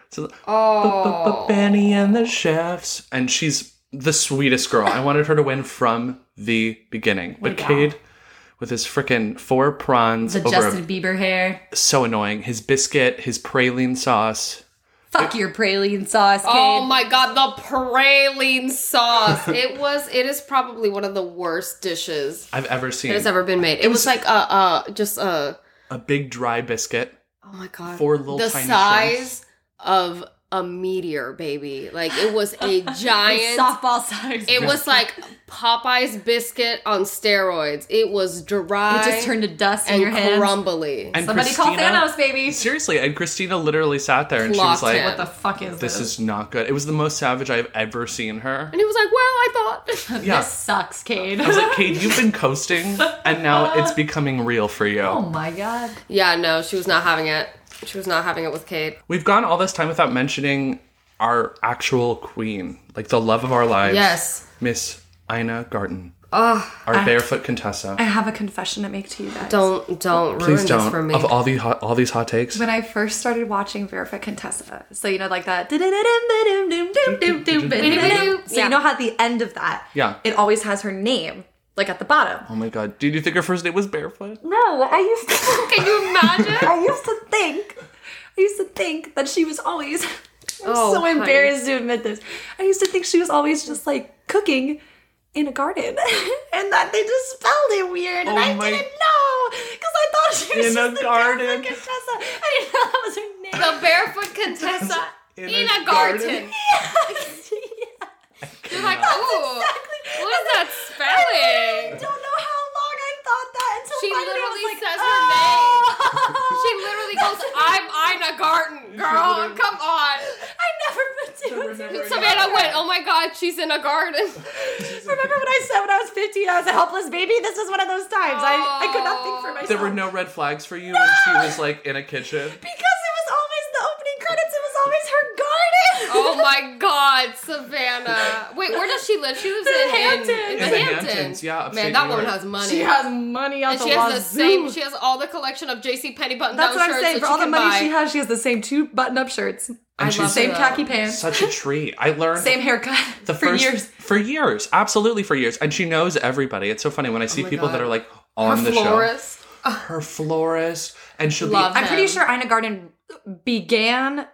[SPEAKER 1] So
[SPEAKER 4] Oh,
[SPEAKER 1] Benny and the Chefs, and she's the sweetest girl. I wanted her to win from the beginning, but Cade. With his freaking four prawns
[SPEAKER 2] Oh The
[SPEAKER 1] over
[SPEAKER 2] Justin Bieber hair.
[SPEAKER 1] a, so annoying. His biscuit, his praline sauce.
[SPEAKER 2] Fuck your praline sauce, Cade.
[SPEAKER 4] Oh my god, the praline sauce. it was it is probably one of the worst dishes
[SPEAKER 1] I've ever seen
[SPEAKER 4] that has ever been made. It was like a uh just a
[SPEAKER 1] a big dry biscuit.
[SPEAKER 4] oh my god.
[SPEAKER 1] Four little
[SPEAKER 4] the
[SPEAKER 1] tiny
[SPEAKER 4] size
[SPEAKER 1] shrimps.
[SPEAKER 4] of a meteor, baby. Like it was a giant
[SPEAKER 2] Softball size.
[SPEAKER 4] It was like Popeye's biscuit on steroids. It was dry
[SPEAKER 2] It just turned to dust in
[SPEAKER 4] and
[SPEAKER 2] your hands.
[SPEAKER 4] crumbly.
[SPEAKER 1] And
[SPEAKER 2] Somebody call
[SPEAKER 1] Christina-
[SPEAKER 2] Thanos, baby.
[SPEAKER 1] Seriously, and Christina literally sat there and she was
[SPEAKER 4] Clocked
[SPEAKER 1] like,
[SPEAKER 4] him.
[SPEAKER 2] What the fuck is this?
[SPEAKER 1] "This is not good." It was the most savage I've ever seen her.
[SPEAKER 4] and he was like, "Well, I thought."
[SPEAKER 1] Yeah,
[SPEAKER 2] This sucks, Cade.
[SPEAKER 1] I was like, "Kate, you've been coasting, and now it's becoming real for you."
[SPEAKER 2] oh my God.
[SPEAKER 4] yeah, no, she was not having it. She was not having it with Kate.
[SPEAKER 1] We've gone all this time without mentioning our actual queen, like the love of our lives.
[SPEAKER 4] Yes.
[SPEAKER 1] Miss Ina Garten. Our barefoot Contessa.
[SPEAKER 2] I have a confession to make to you guys.
[SPEAKER 6] Don't don't ruin
[SPEAKER 1] Please
[SPEAKER 6] this
[SPEAKER 1] don't.
[SPEAKER 6] for me.
[SPEAKER 1] Of all the hot, all these hot takes,
[SPEAKER 2] When I first started watching Barefoot Contessa, so you know, like that. So you know how at the end of that,
[SPEAKER 1] Yeah.
[SPEAKER 2] it always has her name, like at the bottom.
[SPEAKER 1] oh my god, did you think her first name was Barefoot?
[SPEAKER 2] No, I used to,
[SPEAKER 4] Can you imagine?
[SPEAKER 2] I used to think, I used to think that she was always. I'm
[SPEAKER 6] Oh,
[SPEAKER 2] so
[SPEAKER 6] honey.
[SPEAKER 2] embarrassed to admit this. I used to think she was always just like cooking in a garden, and that they just spelled it weird, and
[SPEAKER 1] Oh
[SPEAKER 2] I
[SPEAKER 1] my-
[SPEAKER 2] didn't know because I thought she was
[SPEAKER 1] In a
[SPEAKER 2] just the
[SPEAKER 1] garden.
[SPEAKER 2] Barefoot Contessa. I didn't know that was her name.
[SPEAKER 4] The barefoot Contessa in, a, garden.
[SPEAKER 2] Yes.
[SPEAKER 4] You're like, ooh,
[SPEAKER 2] Exactly.
[SPEAKER 4] what is that
[SPEAKER 2] I
[SPEAKER 4] spelling?
[SPEAKER 2] don't know how long I thought that until
[SPEAKER 4] She
[SPEAKER 2] finally I was
[SPEAKER 4] literally
[SPEAKER 2] like,
[SPEAKER 4] says
[SPEAKER 2] oh.
[SPEAKER 4] She literally goes, I'm in a garden, girl. Come on.
[SPEAKER 2] I never put two. and two together.
[SPEAKER 4] Savannah went, oh my god, she's in a garden.
[SPEAKER 2] Remember when I said when I was 15, I was a helpless baby? This was one of those times. I, I could not think
[SPEAKER 4] Oh.
[SPEAKER 2] for myself.
[SPEAKER 1] There were no red flags for you when she was like in a kitchen.
[SPEAKER 2] Because it was always the opening credits. It was always her garden.
[SPEAKER 4] Oh my god, Savannah. Wait, where does she live? She lives in,
[SPEAKER 2] Hamptons.
[SPEAKER 4] in,
[SPEAKER 1] In
[SPEAKER 4] the
[SPEAKER 1] the
[SPEAKER 4] Hamptons.
[SPEAKER 1] Hamptons, yeah, upstate
[SPEAKER 4] Man,
[SPEAKER 1] New
[SPEAKER 4] that woman
[SPEAKER 1] York.
[SPEAKER 4] has money.
[SPEAKER 2] She has money on
[SPEAKER 4] and
[SPEAKER 2] the
[SPEAKER 4] she has the
[SPEAKER 2] wazoo.
[SPEAKER 4] same. She has all the collection of JC Penney button
[SPEAKER 2] That's
[SPEAKER 4] down
[SPEAKER 2] what
[SPEAKER 4] shirts
[SPEAKER 2] I'm saying.
[SPEAKER 4] that
[SPEAKER 2] For all
[SPEAKER 4] she
[SPEAKER 2] the
[SPEAKER 4] can
[SPEAKER 2] money
[SPEAKER 4] buy.
[SPEAKER 2] she has, she has the same two button-up shirts,
[SPEAKER 1] And
[SPEAKER 4] love
[SPEAKER 1] she's
[SPEAKER 2] same
[SPEAKER 4] that.
[SPEAKER 2] tacky pants,
[SPEAKER 1] such a treat. I learned
[SPEAKER 2] same haircut
[SPEAKER 1] the
[SPEAKER 2] for
[SPEAKER 1] first
[SPEAKER 2] years.
[SPEAKER 1] for years, absolutely for years. And she knows everybody. It's so funny when I see people
[SPEAKER 6] God.
[SPEAKER 1] that are like on
[SPEAKER 4] Her
[SPEAKER 1] the
[SPEAKER 4] florist.
[SPEAKER 1] show. Her florist, and she'll
[SPEAKER 4] Love
[SPEAKER 1] be
[SPEAKER 2] I'm pretty
[SPEAKER 4] him.
[SPEAKER 2] sure Ina Garden began,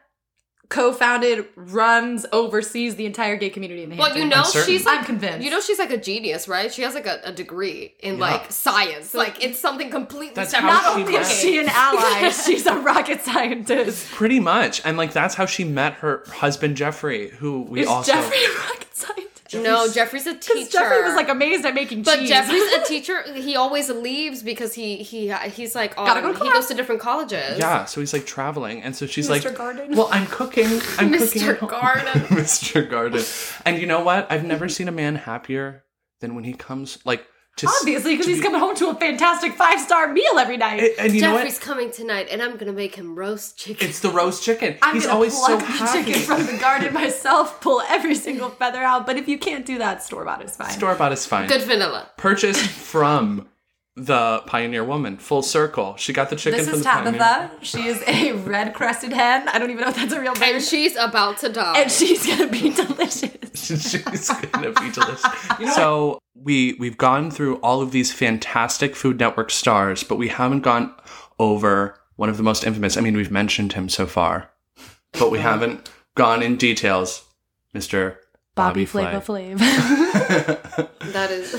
[SPEAKER 2] co-founded, runs, oversees the entire gay community in the
[SPEAKER 4] Well, you know
[SPEAKER 1] certain.
[SPEAKER 4] she's like
[SPEAKER 2] I'm convinced.
[SPEAKER 4] You know she's like a genius, right? She has like a, a degree in like science. Like it's something completely
[SPEAKER 1] That's
[SPEAKER 4] separate.
[SPEAKER 1] how
[SPEAKER 4] from
[SPEAKER 1] she
[SPEAKER 4] cooking.
[SPEAKER 1] met.
[SPEAKER 2] is she an ally? She's a rocket scientist.
[SPEAKER 1] pretty much, and like that's how she met her husband Jeffrey, who we
[SPEAKER 2] Is
[SPEAKER 1] also
[SPEAKER 2] Jeffrey a rocket scientist?
[SPEAKER 4] No, Jeffrey's a teacher.
[SPEAKER 2] Because Jeffrey was like amazed at making
[SPEAKER 4] But
[SPEAKER 2] cheese.
[SPEAKER 4] Jeffrey's a teacher. He always leaves because he he he's like on,
[SPEAKER 2] Gotta go to
[SPEAKER 4] he
[SPEAKER 2] class.
[SPEAKER 4] goes to different colleges.
[SPEAKER 1] yeah. So he's like traveling, and so she's like,
[SPEAKER 2] Mr. Garden.
[SPEAKER 1] "Well, I'm cooking. I'm cooking." at
[SPEAKER 4] Mr.
[SPEAKER 1] home."
[SPEAKER 4] Garden.
[SPEAKER 1] Mr. Garden. And you know what? I've never seen a man happier than when he comes like to s-
[SPEAKER 2] Obviously, because
[SPEAKER 1] to
[SPEAKER 2] he's
[SPEAKER 1] be-
[SPEAKER 2] coming home to a fantastic five-star meal every night.
[SPEAKER 1] And, and you know
[SPEAKER 4] Jeffrey's
[SPEAKER 1] what?
[SPEAKER 4] coming tonight, and I'm gonna make him roast chicken.
[SPEAKER 1] It's the roast chicken.
[SPEAKER 2] I'm
[SPEAKER 1] he's
[SPEAKER 2] gonna
[SPEAKER 1] always so
[SPEAKER 2] pluck the
[SPEAKER 1] happy.
[SPEAKER 2] chicken from the garden myself, pull every single feather out. But if you can't do that, store bought is fine.
[SPEAKER 1] Store bought is fine.
[SPEAKER 4] Good vanilla.
[SPEAKER 1] Purchased from the pioneer woman. Full circle. She got the chicken
[SPEAKER 2] this
[SPEAKER 1] from
[SPEAKER 2] is
[SPEAKER 1] the pioneer.
[SPEAKER 2] Tabitha. She is a red crested hen. I don't even know if that's a real bird.
[SPEAKER 4] And she's about to die.
[SPEAKER 2] and she's gonna be delicious.
[SPEAKER 1] She's gonna be delicious. so we we've gone through all of these fantastic Food Network stars, but we haven't gone over one of the most infamous. I mean, we've mentioned him so far, but
[SPEAKER 2] Uh-huh.
[SPEAKER 1] we haven't gone in details, Mister Bobby, Flay.
[SPEAKER 2] Flav.
[SPEAKER 6] that is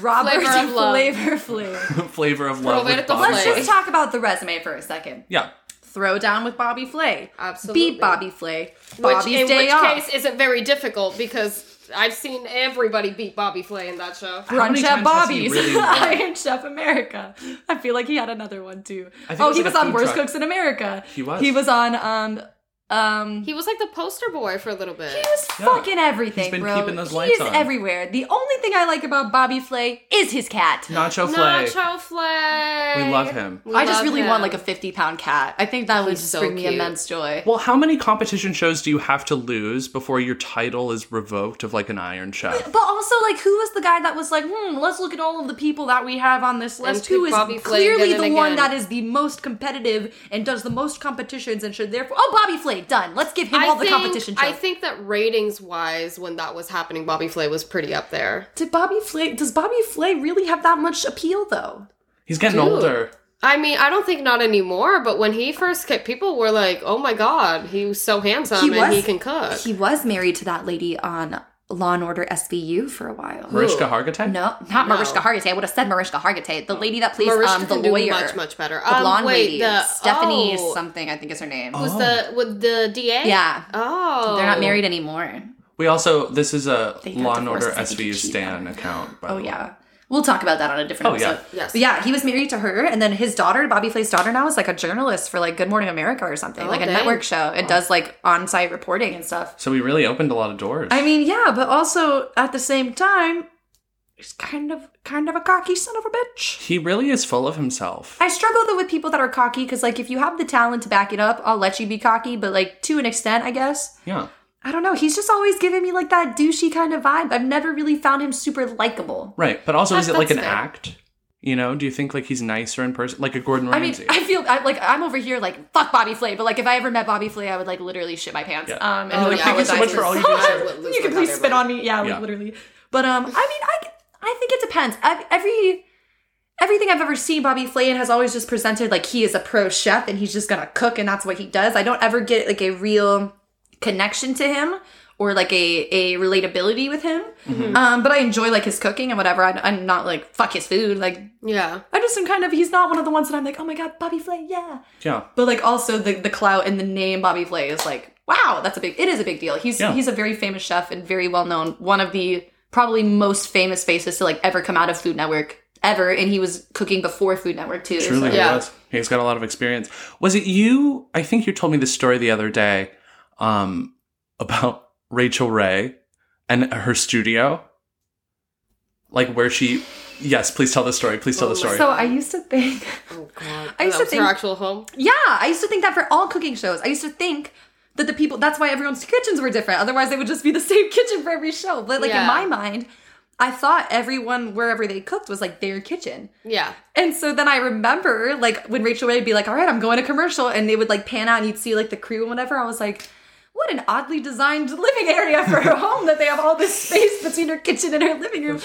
[SPEAKER 2] Robert
[SPEAKER 4] Flavor of love.
[SPEAKER 2] Flavor Flav.
[SPEAKER 1] Flavor of love. with
[SPEAKER 4] Roberto
[SPEAKER 1] Bobby
[SPEAKER 2] Let's
[SPEAKER 4] Flay.
[SPEAKER 1] Flay.
[SPEAKER 2] just talk about the resume for a second.
[SPEAKER 1] Yeah,
[SPEAKER 2] Throw down with Bobby Flay.
[SPEAKER 4] Absolutely.
[SPEAKER 2] Beat Bobby Flay.
[SPEAKER 4] which
[SPEAKER 2] Bobby's
[SPEAKER 4] in
[SPEAKER 2] day
[SPEAKER 4] which
[SPEAKER 2] off.
[SPEAKER 4] case isn't very difficult because I've seen everybody beat Bobby Flay in that show.
[SPEAKER 1] How many
[SPEAKER 2] Brunch at
[SPEAKER 1] times has he
[SPEAKER 2] Bobby's,
[SPEAKER 1] really won?
[SPEAKER 2] Iron Chef America. I feel like he had another one too.
[SPEAKER 1] think it
[SPEAKER 2] Oh,
[SPEAKER 1] was
[SPEAKER 2] he
[SPEAKER 1] in a
[SPEAKER 2] was on
[SPEAKER 1] food
[SPEAKER 2] Worst
[SPEAKER 1] truck.
[SPEAKER 2] Cooks in America. He
[SPEAKER 1] was.
[SPEAKER 2] He was on um um.
[SPEAKER 4] He was like the poster boy for a little bit.
[SPEAKER 2] He was fucking everything,
[SPEAKER 1] He's been
[SPEAKER 2] bro.
[SPEAKER 1] keeping those
[SPEAKER 2] He
[SPEAKER 1] lights
[SPEAKER 2] is
[SPEAKER 1] on.
[SPEAKER 2] everywhere. The only thing I like about Bobby Flay is his cat.
[SPEAKER 1] Nacho Flay.
[SPEAKER 4] Nacho Flay.
[SPEAKER 1] We love him.
[SPEAKER 4] We
[SPEAKER 2] I just
[SPEAKER 4] love
[SPEAKER 2] really
[SPEAKER 4] him.
[SPEAKER 2] want like a 50 pound cat. I think that would just
[SPEAKER 4] so
[SPEAKER 2] bring me
[SPEAKER 4] cute.
[SPEAKER 2] immense joy.
[SPEAKER 1] Well, how many competition shows do you have to lose before your title is revoked of like an Iron Chef?
[SPEAKER 2] But also, like, who was the guy that was like, hmm, let's look at all of the people that we have on this list.
[SPEAKER 4] pick
[SPEAKER 2] Who is
[SPEAKER 4] Bobby Flay
[SPEAKER 2] clearly
[SPEAKER 4] again
[SPEAKER 2] the
[SPEAKER 4] and
[SPEAKER 2] one
[SPEAKER 4] again."
[SPEAKER 2] that is the most competitive and does the most competitions and should therefore. Oh, Bobby Flay, done. Let's give him
[SPEAKER 4] I
[SPEAKER 2] all the
[SPEAKER 4] think-
[SPEAKER 2] competition
[SPEAKER 4] I
[SPEAKER 2] shows.
[SPEAKER 4] think that ratings wise, when that was happening, Bobby Flay was pretty up there.
[SPEAKER 2] Did Bobby Flay, does Bobby Flay really have that much appeal though?
[SPEAKER 1] He's getting older.
[SPEAKER 4] I mean, I don't think not anymore, but when he first came, people were like, oh my god, he was so handsome and he can cook.
[SPEAKER 2] He was married to that lady on Law and Order SVU for a while.
[SPEAKER 1] Mariska Hargitay.
[SPEAKER 2] No, not Mariska Hargitay. I would have said Mariska Hargitay, the lady that plays
[SPEAKER 4] Mariska
[SPEAKER 2] um, the
[SPEAKER 4] can do
[SPEAKER 2] lawyer,
[SPEAKER 4] much, much better.
[SPEAKER 2] the
[SPEAKER 4] Um,
[SPEAKER 2] blonde
[SPEAKER 4] wait,
[SPEAKER 2] lady,
[SPEAKER 4] the-
[SPEAKER 2] Stephanie
[SPEAKER 4] oh.
[SPEAKER 2] something, I think is her name.
[SPEAKER 1] Oh.
[SPEAKER 4] was the with the DA?
[SPEAKER 2] Yeah.
[SPEAKER 4] Oh,
[SPEAKER 2] They're not married anymore.
[SPEAKER 1] We also this is a
[SPEAKER 2] They got
[SPEAKER 1] Law and
[SPEAKER 2] divorced
[SPEAKER 1] Order
[SPEAKER 2] so they
[SPEAKER 1] SVU
[SPEAKER 2] could cheat
[SPEAKER 1] Stan
[SPEAKER 2] on it.
[SPEAKER 1] account. By
[SPEAKER 2] Oh
[SPEAKER 1] the way.
[SPEAKER 2] yeah. We'll talk about that on a different
[SPEAKER 1] Oh, yeah.
[SPEAKER 2] episode.
[SPEAKER 4] Yes.
[SPEAKER 2] But yeah, he was married to her and then his daughter, Bobby Flay's daughter now is like a journalist for like Good Morning America or something, like a
[SPEAKER 4] Oh, dang.
[SPEAKER 2] network show. It does like on-site reporting and stuff.
[SPEAKER 1] So we really opened a lot of doors.
[SPEAKER 2] I mean, yeah, but also at the same time, he's kind of kind of a cocky son of a bitch.
[SPEAKER 1] he really is full of himself.
[SPEAKER 2] I struggle though with people that are cocky because like if you have the talent to back it up, I'll let you be cocky, but like to an extent, I guess.
[SPEAKER 1] yeah.
[SPEAKER 2] I don't know. He's just always giving me like that douchey kind of vibe. I've never really found him super likable.
[SPEAKER 1] Right, but also is it like an
[SPEAKER 3] that's fair.
[SPEAKER 1] act? You know, do you think like he's nicer in person, like a Gordon
[SPEAKER 2] I mean,
[SPEAKER 1] Ramsay?
[SPEAKER 2] I feel I, like I'm over here like fuck Bobby Flay, but like if I ever met Bobby Flay, I would like literally shit my pants.
[SPEAKER 1] Yeah.
[SPEAKER 2] Um, and
[SPEAKER 4] Oh,
[SPEAKER 2] like,
[SPEAKER 4] yeah, I
[SPEAKER 1] Thank you so
[SPEAKER 4] would
[SPEAKER 1] much
[SPEAKER 4] die
[SPEAKER 1] for
[SPEAKER 4] for
[SPEAKER 1] all you
[SPEAKER 4] this.
[SPEAKER 1] do. sir.
[SPEAKER 4] would lose
[SPEAKER 2] you can
[SPEAKER 4] my
[SPEAKER 2] please
[SPEAKER 4] goddamn
[SPEAKER 2] spit
[SPEAKER 4] mind.
[SPEAKER 2] on me. Yeah,
[SPEAKER 1] Yeah.
[SPEAKER 2] literally. But um, I mean, I I think it depends. i every everything I've ever seen Bobby Flay in has always just presented like he is a pro chef and he's just gonna cook and that's what he does. I don't ever get like a real connection to him or like a a relatability with him.
[SPEAKER 1] Mm-hmm.
[SPEAKER 2] Um, but I enjoy like his cooking and whatever. I, I'm not like fuck his food. Like
[SPEAKER 3] Yeah.
[SPEAKER 2] I just am kind of he's not one of the ones that I'm like oh my god Bobby Flay yeah.
[SPEAKER 1] Yeah,
[SPEAKER 2] But like also the the clout and the name Bobby Flay is like, wow, that's a big it is a big deal. He's
[SPEAKER 1] Yeah.
[SPEAKER 2] he's a very famous chef and very well known, one of the probably most famous faces to like ever come out of Food Network ever and he was cooking before Food Network too.
[SPEAKER 1] truly
[SPEAKER 2] so-
[SPEAKER 1] he
[SPEAKER 3] Yeah.
[SPEAKER 1] was. He's got a lot of experience. Was it you? I think you told me this story the other day um, about Rachel Ray and her studio, like where she. Yes, please tell the story. Please tell the story.
[SPEAKER 2] Oh, So I used to think
[SPEAKER 3] Oh god.
[SPEAKER 2] I used
[SPEAKER 3] that
[SPEAKER 2] to
[SPEAKER 3] was
[SPEAKER 2] think-
[SPEAKER 3] her actual home.
[SPEAKER 2] Yeah, I used to think that for all cooking shows. I used to think that the people that's why everyone's kitchens were different. Otherwise they would just be the same kitchen for every show. But like in
[SPEAKER 3] Yeah.
[SPEAKER 2] my mind, I thought everyone wherever they cooked was like their kitchen.
[SPEAKER 3] Yeah.
[SPEAKER 2] And so then I remember, like, when Rachel Ray would be like, all right, I'm going to commercial, and they would, like, pan out and you'd see, like, the crew and whatever. I was like, what an oddly designed living area for her home that they have all this space between her kitchen and her living room.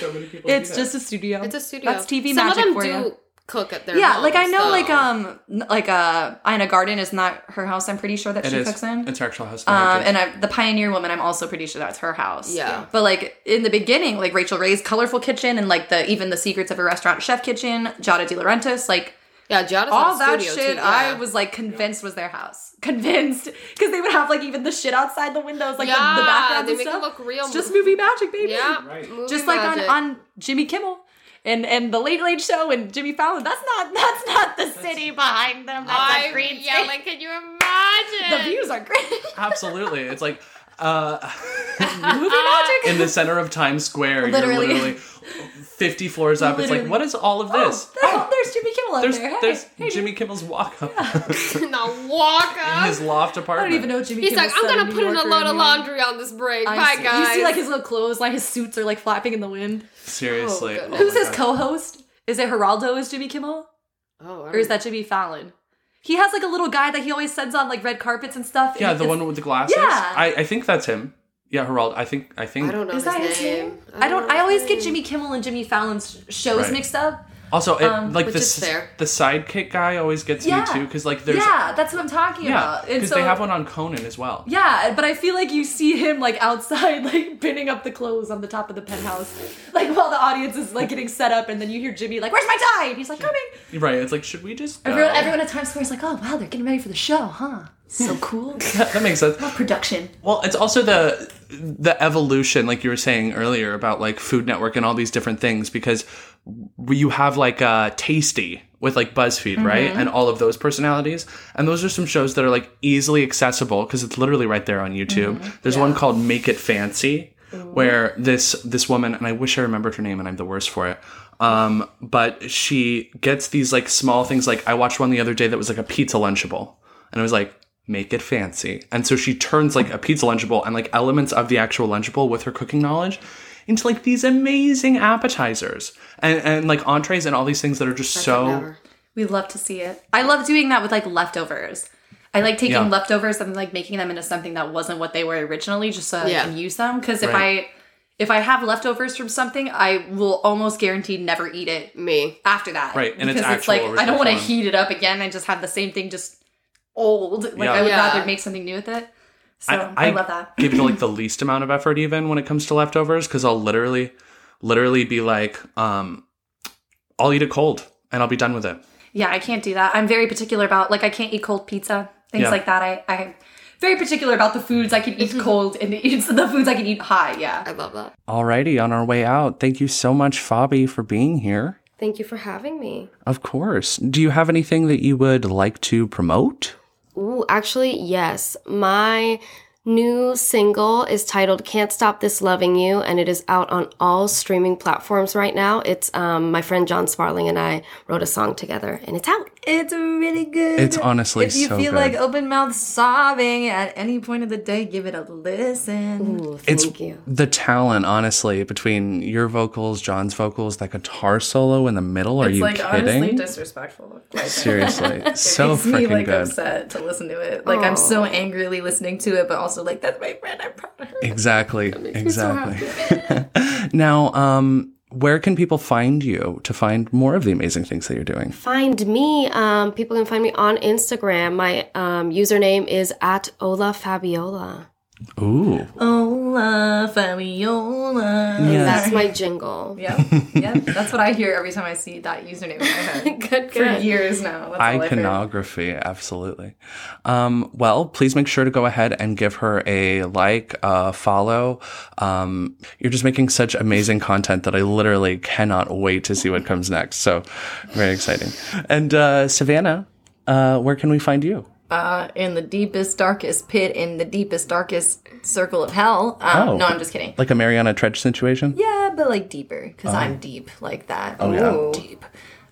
[SPEAKER 2] it's just a studio.
[SPEAKER 3] It's a studio.
[SPEAKER 2] That's TV
[SPEAKER 3] Some
[SPEAKER 2] magic
[SPEAKER 3] of them
[SPEAKER 2] for
[SPEAKER 3] do
[SPEAKER 2] you.
[SPEAKER 3] cook at their
[SPEAKER 2] Yeah, like I
[SPEAKER 3] homes,
[SPEAKER 2] know,
[SPEAKER 3] though.
[SPEAKER 2] like um, n- like uh, Ina Garden is not her house. I'm pretty sure that
[SPEAKER 1] it
[SPEAKER 2] she
[SPEAKER 1] is.
[SPEAKER 2] cooks in.
[SPEAKER 1] It's her actual house.
[SPEAKER 2] Um, and I, the Pioneer Woman, I'm also pretty sure that's her house.
[SPEAKER 3] Yeah.
[SPEAKER 2] But like in the beginning, like Rachel Ray's colorful kitchen and like the even the secrets of a restaurant chef kitchen, Jada De Laurentiis, like
[SPEAKER 3] Yeah, Giada's got
[SPEAKER 2] all
[SPEAKER 3] a
[SPEAKER 2] that
[SPEAKER 3] studio,
[SPEAKER 2] shit
[SPEAKER 3] too,
[SPEAKER 2] i
[SPEAKER 3] yeah.
[SPEAKER 2] was like convinced was their house convinced because they would have like even the shit outside the windows like the- the,
[SPEAKER 3] Yeah,
[SPEAKER 2] background
[SPEAKER 3] they
[SPEAKER 2] and
[SPEAKER 3] make it
[SPEAKER 2] stuff
[SPEAKER 3] look real.
[SPEAKER 2] It's just movie magic baby
[SPEAKER 3] Yeah. Movie
[SPEAKER 2] just like on,
[SPEAKER 3] magic.
[SPEAKER 2] on jimmy kimmel and and the late late show and jimmy fallon that's not that's not the city behind them that's
[SPEAKER 3] I,
[SPEAKER 2] a green
[SPEAKER 3] yeah,
[SPEAKER 2] space.
[SPEAKER 3] like can you imagine?
[SPEAKER 2] the views are great
[SPEAKER 1] Absolutely. It's like uh
[SPEAKER 2] movie magic
[SPEAKER 1] in the center of Times Square.
[SPEAKER 2] Literally.
[SPEAKER 1] You're literally 50 floors up. It's
[SPEAKER 2] Literally.
[SPEAKER 1] like, what is all of this?
[SPEAKER 2] Oh, there's Jimmy Kimmel up
[SPEAKER 1] there's
[SPEAKER 2] there. Hey.
[SPEAKER 1] there's Jimmy Kimmel's walk up
[SPEAKER 3] no, walk
[SPEAKER 1] in
[SPEAKER 3] up.
[SPEAKER 1] his loft
[SPEAKER 2] I
[SPEAKER 1] apartment.
[SPEAKER 2] don't even know Jimmy
[SPEAKER 3] He's
[SPEAKER 2] Kimmel.
[SPEAKER 3] like, I'm gonna put in a load of laundry on this break. Bye, guys.
[SPEAKER 2] You see, like his little clothes, like his suits are like flapping in the wind.
[SPEAKER 1] Seriously. Oh my
[SPEAKER 2] Who's his
[SPEAKER 1] God.
[SPEAKER 2] co-host? Is it Geraldo as Jimmy Kimmel,
[SPEAKER 3] oh,
[SPEAKER 2] or is that Jimmy Fallon? He has like a little guy that he always sends on like red carpets and stuff. and
[SPEAKER 1] Yeah, the
[SPEAKER 2] it's-
[SPEAKER 1] one with the glasses.
[SPEAKER 2] Yeah.
[SPEAKER 1] I, I think that's him. Yeah, Gerald. I think I think
[SPEAKER 3] I don't know
[SPEAKER 2] Is that his name? I don't.
[SPEAKER 3] know
[SPEAKER 2] I
[SPEAKER 3] his
[SPEAKER 2] always get
[SPEAKER 3] name.
[SPEAKER 2] Jimmy Kimmel and Jimmy Fallon's shows
[SPEAKER 1] Right.
[SPEAKER 2] mixed up.
[SPEAKER 1] also it,
[SPEAKER 2] Um,
[SPEAKER 1] like
[SPEAKER 3] which
[SPEAKER 1] the
[SPEAKER 3] is
[SPEAKER 1] s-
[SPEAKER 3] fair.
[SPEAKER 1] the sidekick guy always gets
[SPEAKER 2] Yeah.
[SPEAKER 1] me too because like there's
[SPEAKER 2] yeah, that's what I'm talking
[SPEAKER 1] yeah
[SPEAKER 2] about. And
[SPEAKER 1] because
[SPEAKER 2] so,
[SPEAKER 1] they have one on Conan as well.
[SPEAKER 2] Yeah, but I feel like you see him like outside, like pinning up the clothes on the top of the penthouse, like while the audience is like getting set up, and then you hear Jimmy like, "Where's my tie?" And he's like, "Coming."
[SPEAKER 1] Right. It's like should we just go?
[SPEAKER 2] Everyone, everyone at Times Square is like, "Oh wow, they're getting ready for the show, huh?" So cool.
[SPEAKER 1] that makes sense.
[SPEAKER 2] Production.
[SPEAKER 1] Well, it's also the the evolution, like you were saying earlier about like Food Network and all these different things, because w- you have like uh, Tasty with like BuzzFeed, right, and all of those personalities, and those are some shows that are like easily accessible because it's literally right there on YouTube. There's one called Make It Fancy, where this this woman, and I wish I remembered her name, and I'm the worst for it. Um, but she gets these like small things. Like I watched one the other day that was like a pizza lunchable, and I was like, make it fancy. And so she turns like a pizza lunchable and like elements of the actual lunchable with her cooking knowledge into like these amazing appetizers and, and like entrees and all these things that are just so
[SPEAKER 2] We love to see it. I love doing that with like leftovers. I like taking
[SPEAKER 1] Yeah.
[SPEAKER 2] leftovers and like making them into something that wasn't what they were originally, just so
[SPEAKER 3] Yeah.
[SPEAKER 2] I can use them. Because if
[SPEAKER 1] Right.
[SPEAKER 2] I if I have leftovers from something, I will almost guarantee never eat it
[SPEAKER 3] me.
[SPEAKER 2] after that.
[SPEAKER 1] Right, and it's
[SPEAKER 2] because it's,
[SPEAKER 1] actual
[SPEAKER 2] like I don't want to
[SPEAKER 1] original form.
[SPEAKER 2] heat it up again. I just have the same thing, just old. Like
[SPEAKER 1] Yeah.
[SPEAKER 2] I would
[SPEAKER 3] Yeah.
[SPEAKER 2] rather make something new with it. So I,
[SPEAKER 1] I-
[SPEAKER 2] love that.
[SPEAKER 1] give it like the least amount of effort even when it comes to leftovers because I'll literally literally be like um I'll eat it cold and I'll be done with it.
[SPEAKER 2] Yeah, I can't do that. I'm very particular about like I can't eat cold pizza, things
[SPEAKER 1] Yeah.
[SPEAKER 2] like that. I I'm very particular about the foods I can eat cold and the, the foods I can eat hot. Yeah.
[SPEAKER 3] I love that.
[SPEAKER 1] Alrighty, on our way out, thank you so much, Fabi, for being here.
[SPEAKER 3] Thank you for having me.
[SPEAKER 1] Of course. Do you have anything that you would like to promote?
[SPEAKER 3] Ooh, actually, yes. My new single is titled Can't Stop This Loving You, and it is out on all streaming platforms right now. It's um, my friend John Sparling and I wrote a song together, and it's out.
[SPEAKER 2] It's really good.
[SPEAKER 1] It's honestly
[SPEAKER 2] If you
[SPEAKER 1] so
[SPEAKER 2] feel
[SPEAKER 1] good.
[SPEAKER 2] like oh, open mouth sobbing at any point of the day, give it a listen.
[SPEAKER 3] Ooh,
[SPEAKER 1] It's-
[SPEAKER 3] thank you.
[SPEAKER 1] the talent, honestly, between your vocals, John's vocals, that guitar solo in the middle. Are
[SPEAKER 2] it's
[SPEAKER 1] you
[SPEAKER 2] like
[SPEAKER 1] kidding?
[SPEAKER 2] honestly disrespectful. Like,
[SPEAKER 1] Seriously, so
[SPEAKER 2] makes me
[SPEAKER 1] freaking
[SPEAKER 2] like
[SPEAKER 1] good.
[SPEAKER 2] upset to listen to it. Like I'm so angrily listening to it, but also like that's my friend. I'm proud of her.
[SPEAKER 1] Exactly. Exactly. now, um, where can people find you to find more of the amazing things that you're doing?
[SPEAKER 3] Find me. Um, people can find me on Instagram. My um, username is at Ola Fabiola.
[SPEAKER 1] Ooh.
[SPEAKER 2] Ola Fabiola.
[SPEAKER 3] That's my jingle.
[SPEAKER 2] Yep, yep. That's what I hear every time I see that username in my head.
[SPEAKER 3] Good,
[SPEAKER 2] For
[SPEAKER 3] good.
[SPEAKER 2] years now. That's all I've heard.
[SPEAKER 1] Iconography, absolutely. Um, well, please make sure to go ahead and give her a like, a follow. Um, you're just making such amazing content that I literally cannot wait to see what comes next. So, very exciting. And uh, Savannah, uh, where can we find you?
[SPEAKER 2] in the deepest, darkest pit, in the deepest, darkest circle of hell. Um,
[SPEAKER 1] Oh.
[SPEAKER 2] No, I'm just kidding.
[SPEAKER 1] Like a Mariana Trench situation?
[SPEAKER 2] Yeah, but like deeper, because I'm deep like that. Oh,
[SPEAKER 1] yeah.
[SPEAKER 2] Deep.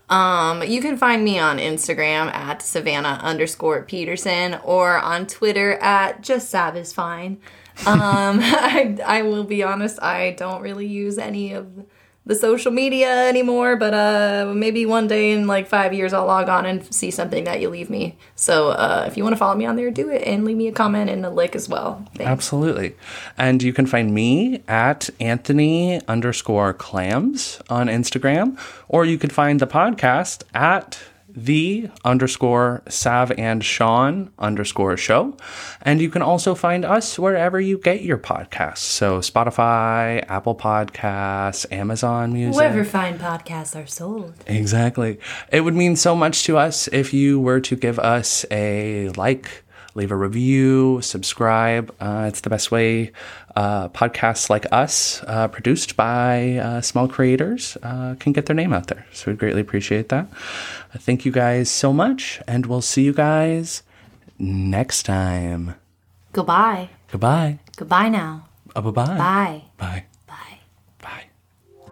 [SPEAKER 2] Um, you can find me on Instagram at Savannah underscore Peterson or on Twitter at just Sav is fine. Um, I, I will be honest, I don't really use any of the social media anymore, but uh, maybe one day in like five years, I'll log on and see something that you leave me. So uh, if you want to follow me on there, do it and leave me a comment and a like as well. Thanks.
[SPEAKER 1] Absolutely. And you can find me at Anthony underscore clams on Instagram, or you can find the podcast at the underscore Sav and Sean underscore show. And you can also find us wherever you get your podcasts. So Spotify, Apple Podcasts, Amazon Music.
[SPEAKER 2] Whoever fine podcasts are sold.
[SPEAKER 1] Exactly. It would mean so much to us if you were to give us a like, leave a review, subscribe. Uh, it's the best way uh, podcasts like us, uh, produced by uh, small creators, uh, can get their name out there. So we'd greatly appreciate that. Uh, Thank you guys so much, and we'll see you guys next time.
[SPEAKER 2] Goodbye.
[SPEAKER 1] Goodbye.
[SPEAKER 2] Goodbye now.
[SPEAKER 1] Uh, bye-bye.
[SPEAKER 2] Bye.
[SPEAKER 1] Bye.
[SPEAKER 2] Bye.
[SPEAKER 1] Bye.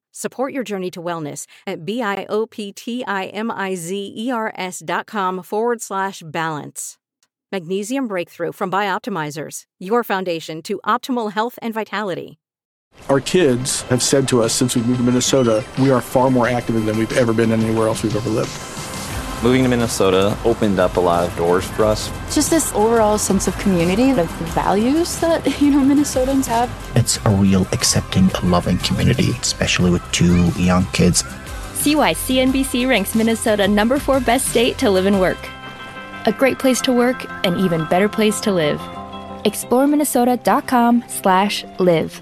[SPEAKER 7] Support your journey to wellness at B-I-O-P-T-I-M-I-Z-E-R-S E dot com forward slash balance. Magnesium Breakthrough from Bioptimizers, your foundation to optimal health and vitality.
[SPEAKER 8] Our kids have said to us since we moved to Minnesota, we are far more active than we've ever been anywhere else we've ever lived.
[SPEAKER 9] Moving to Minnesota opened up a lot of doors for us.
[SPEAKER 10] Just this overall sense of community, of the values that, you know, Minnesotans have.
[SPEAKER 11] It's a real accepting, loving community, especially with two young kids.
[SPEAKER 10] See why CNBC ranks Minnesota number four best state to live and work. A great place to work, an even better place to live. ExploreMinnesota.com slash live.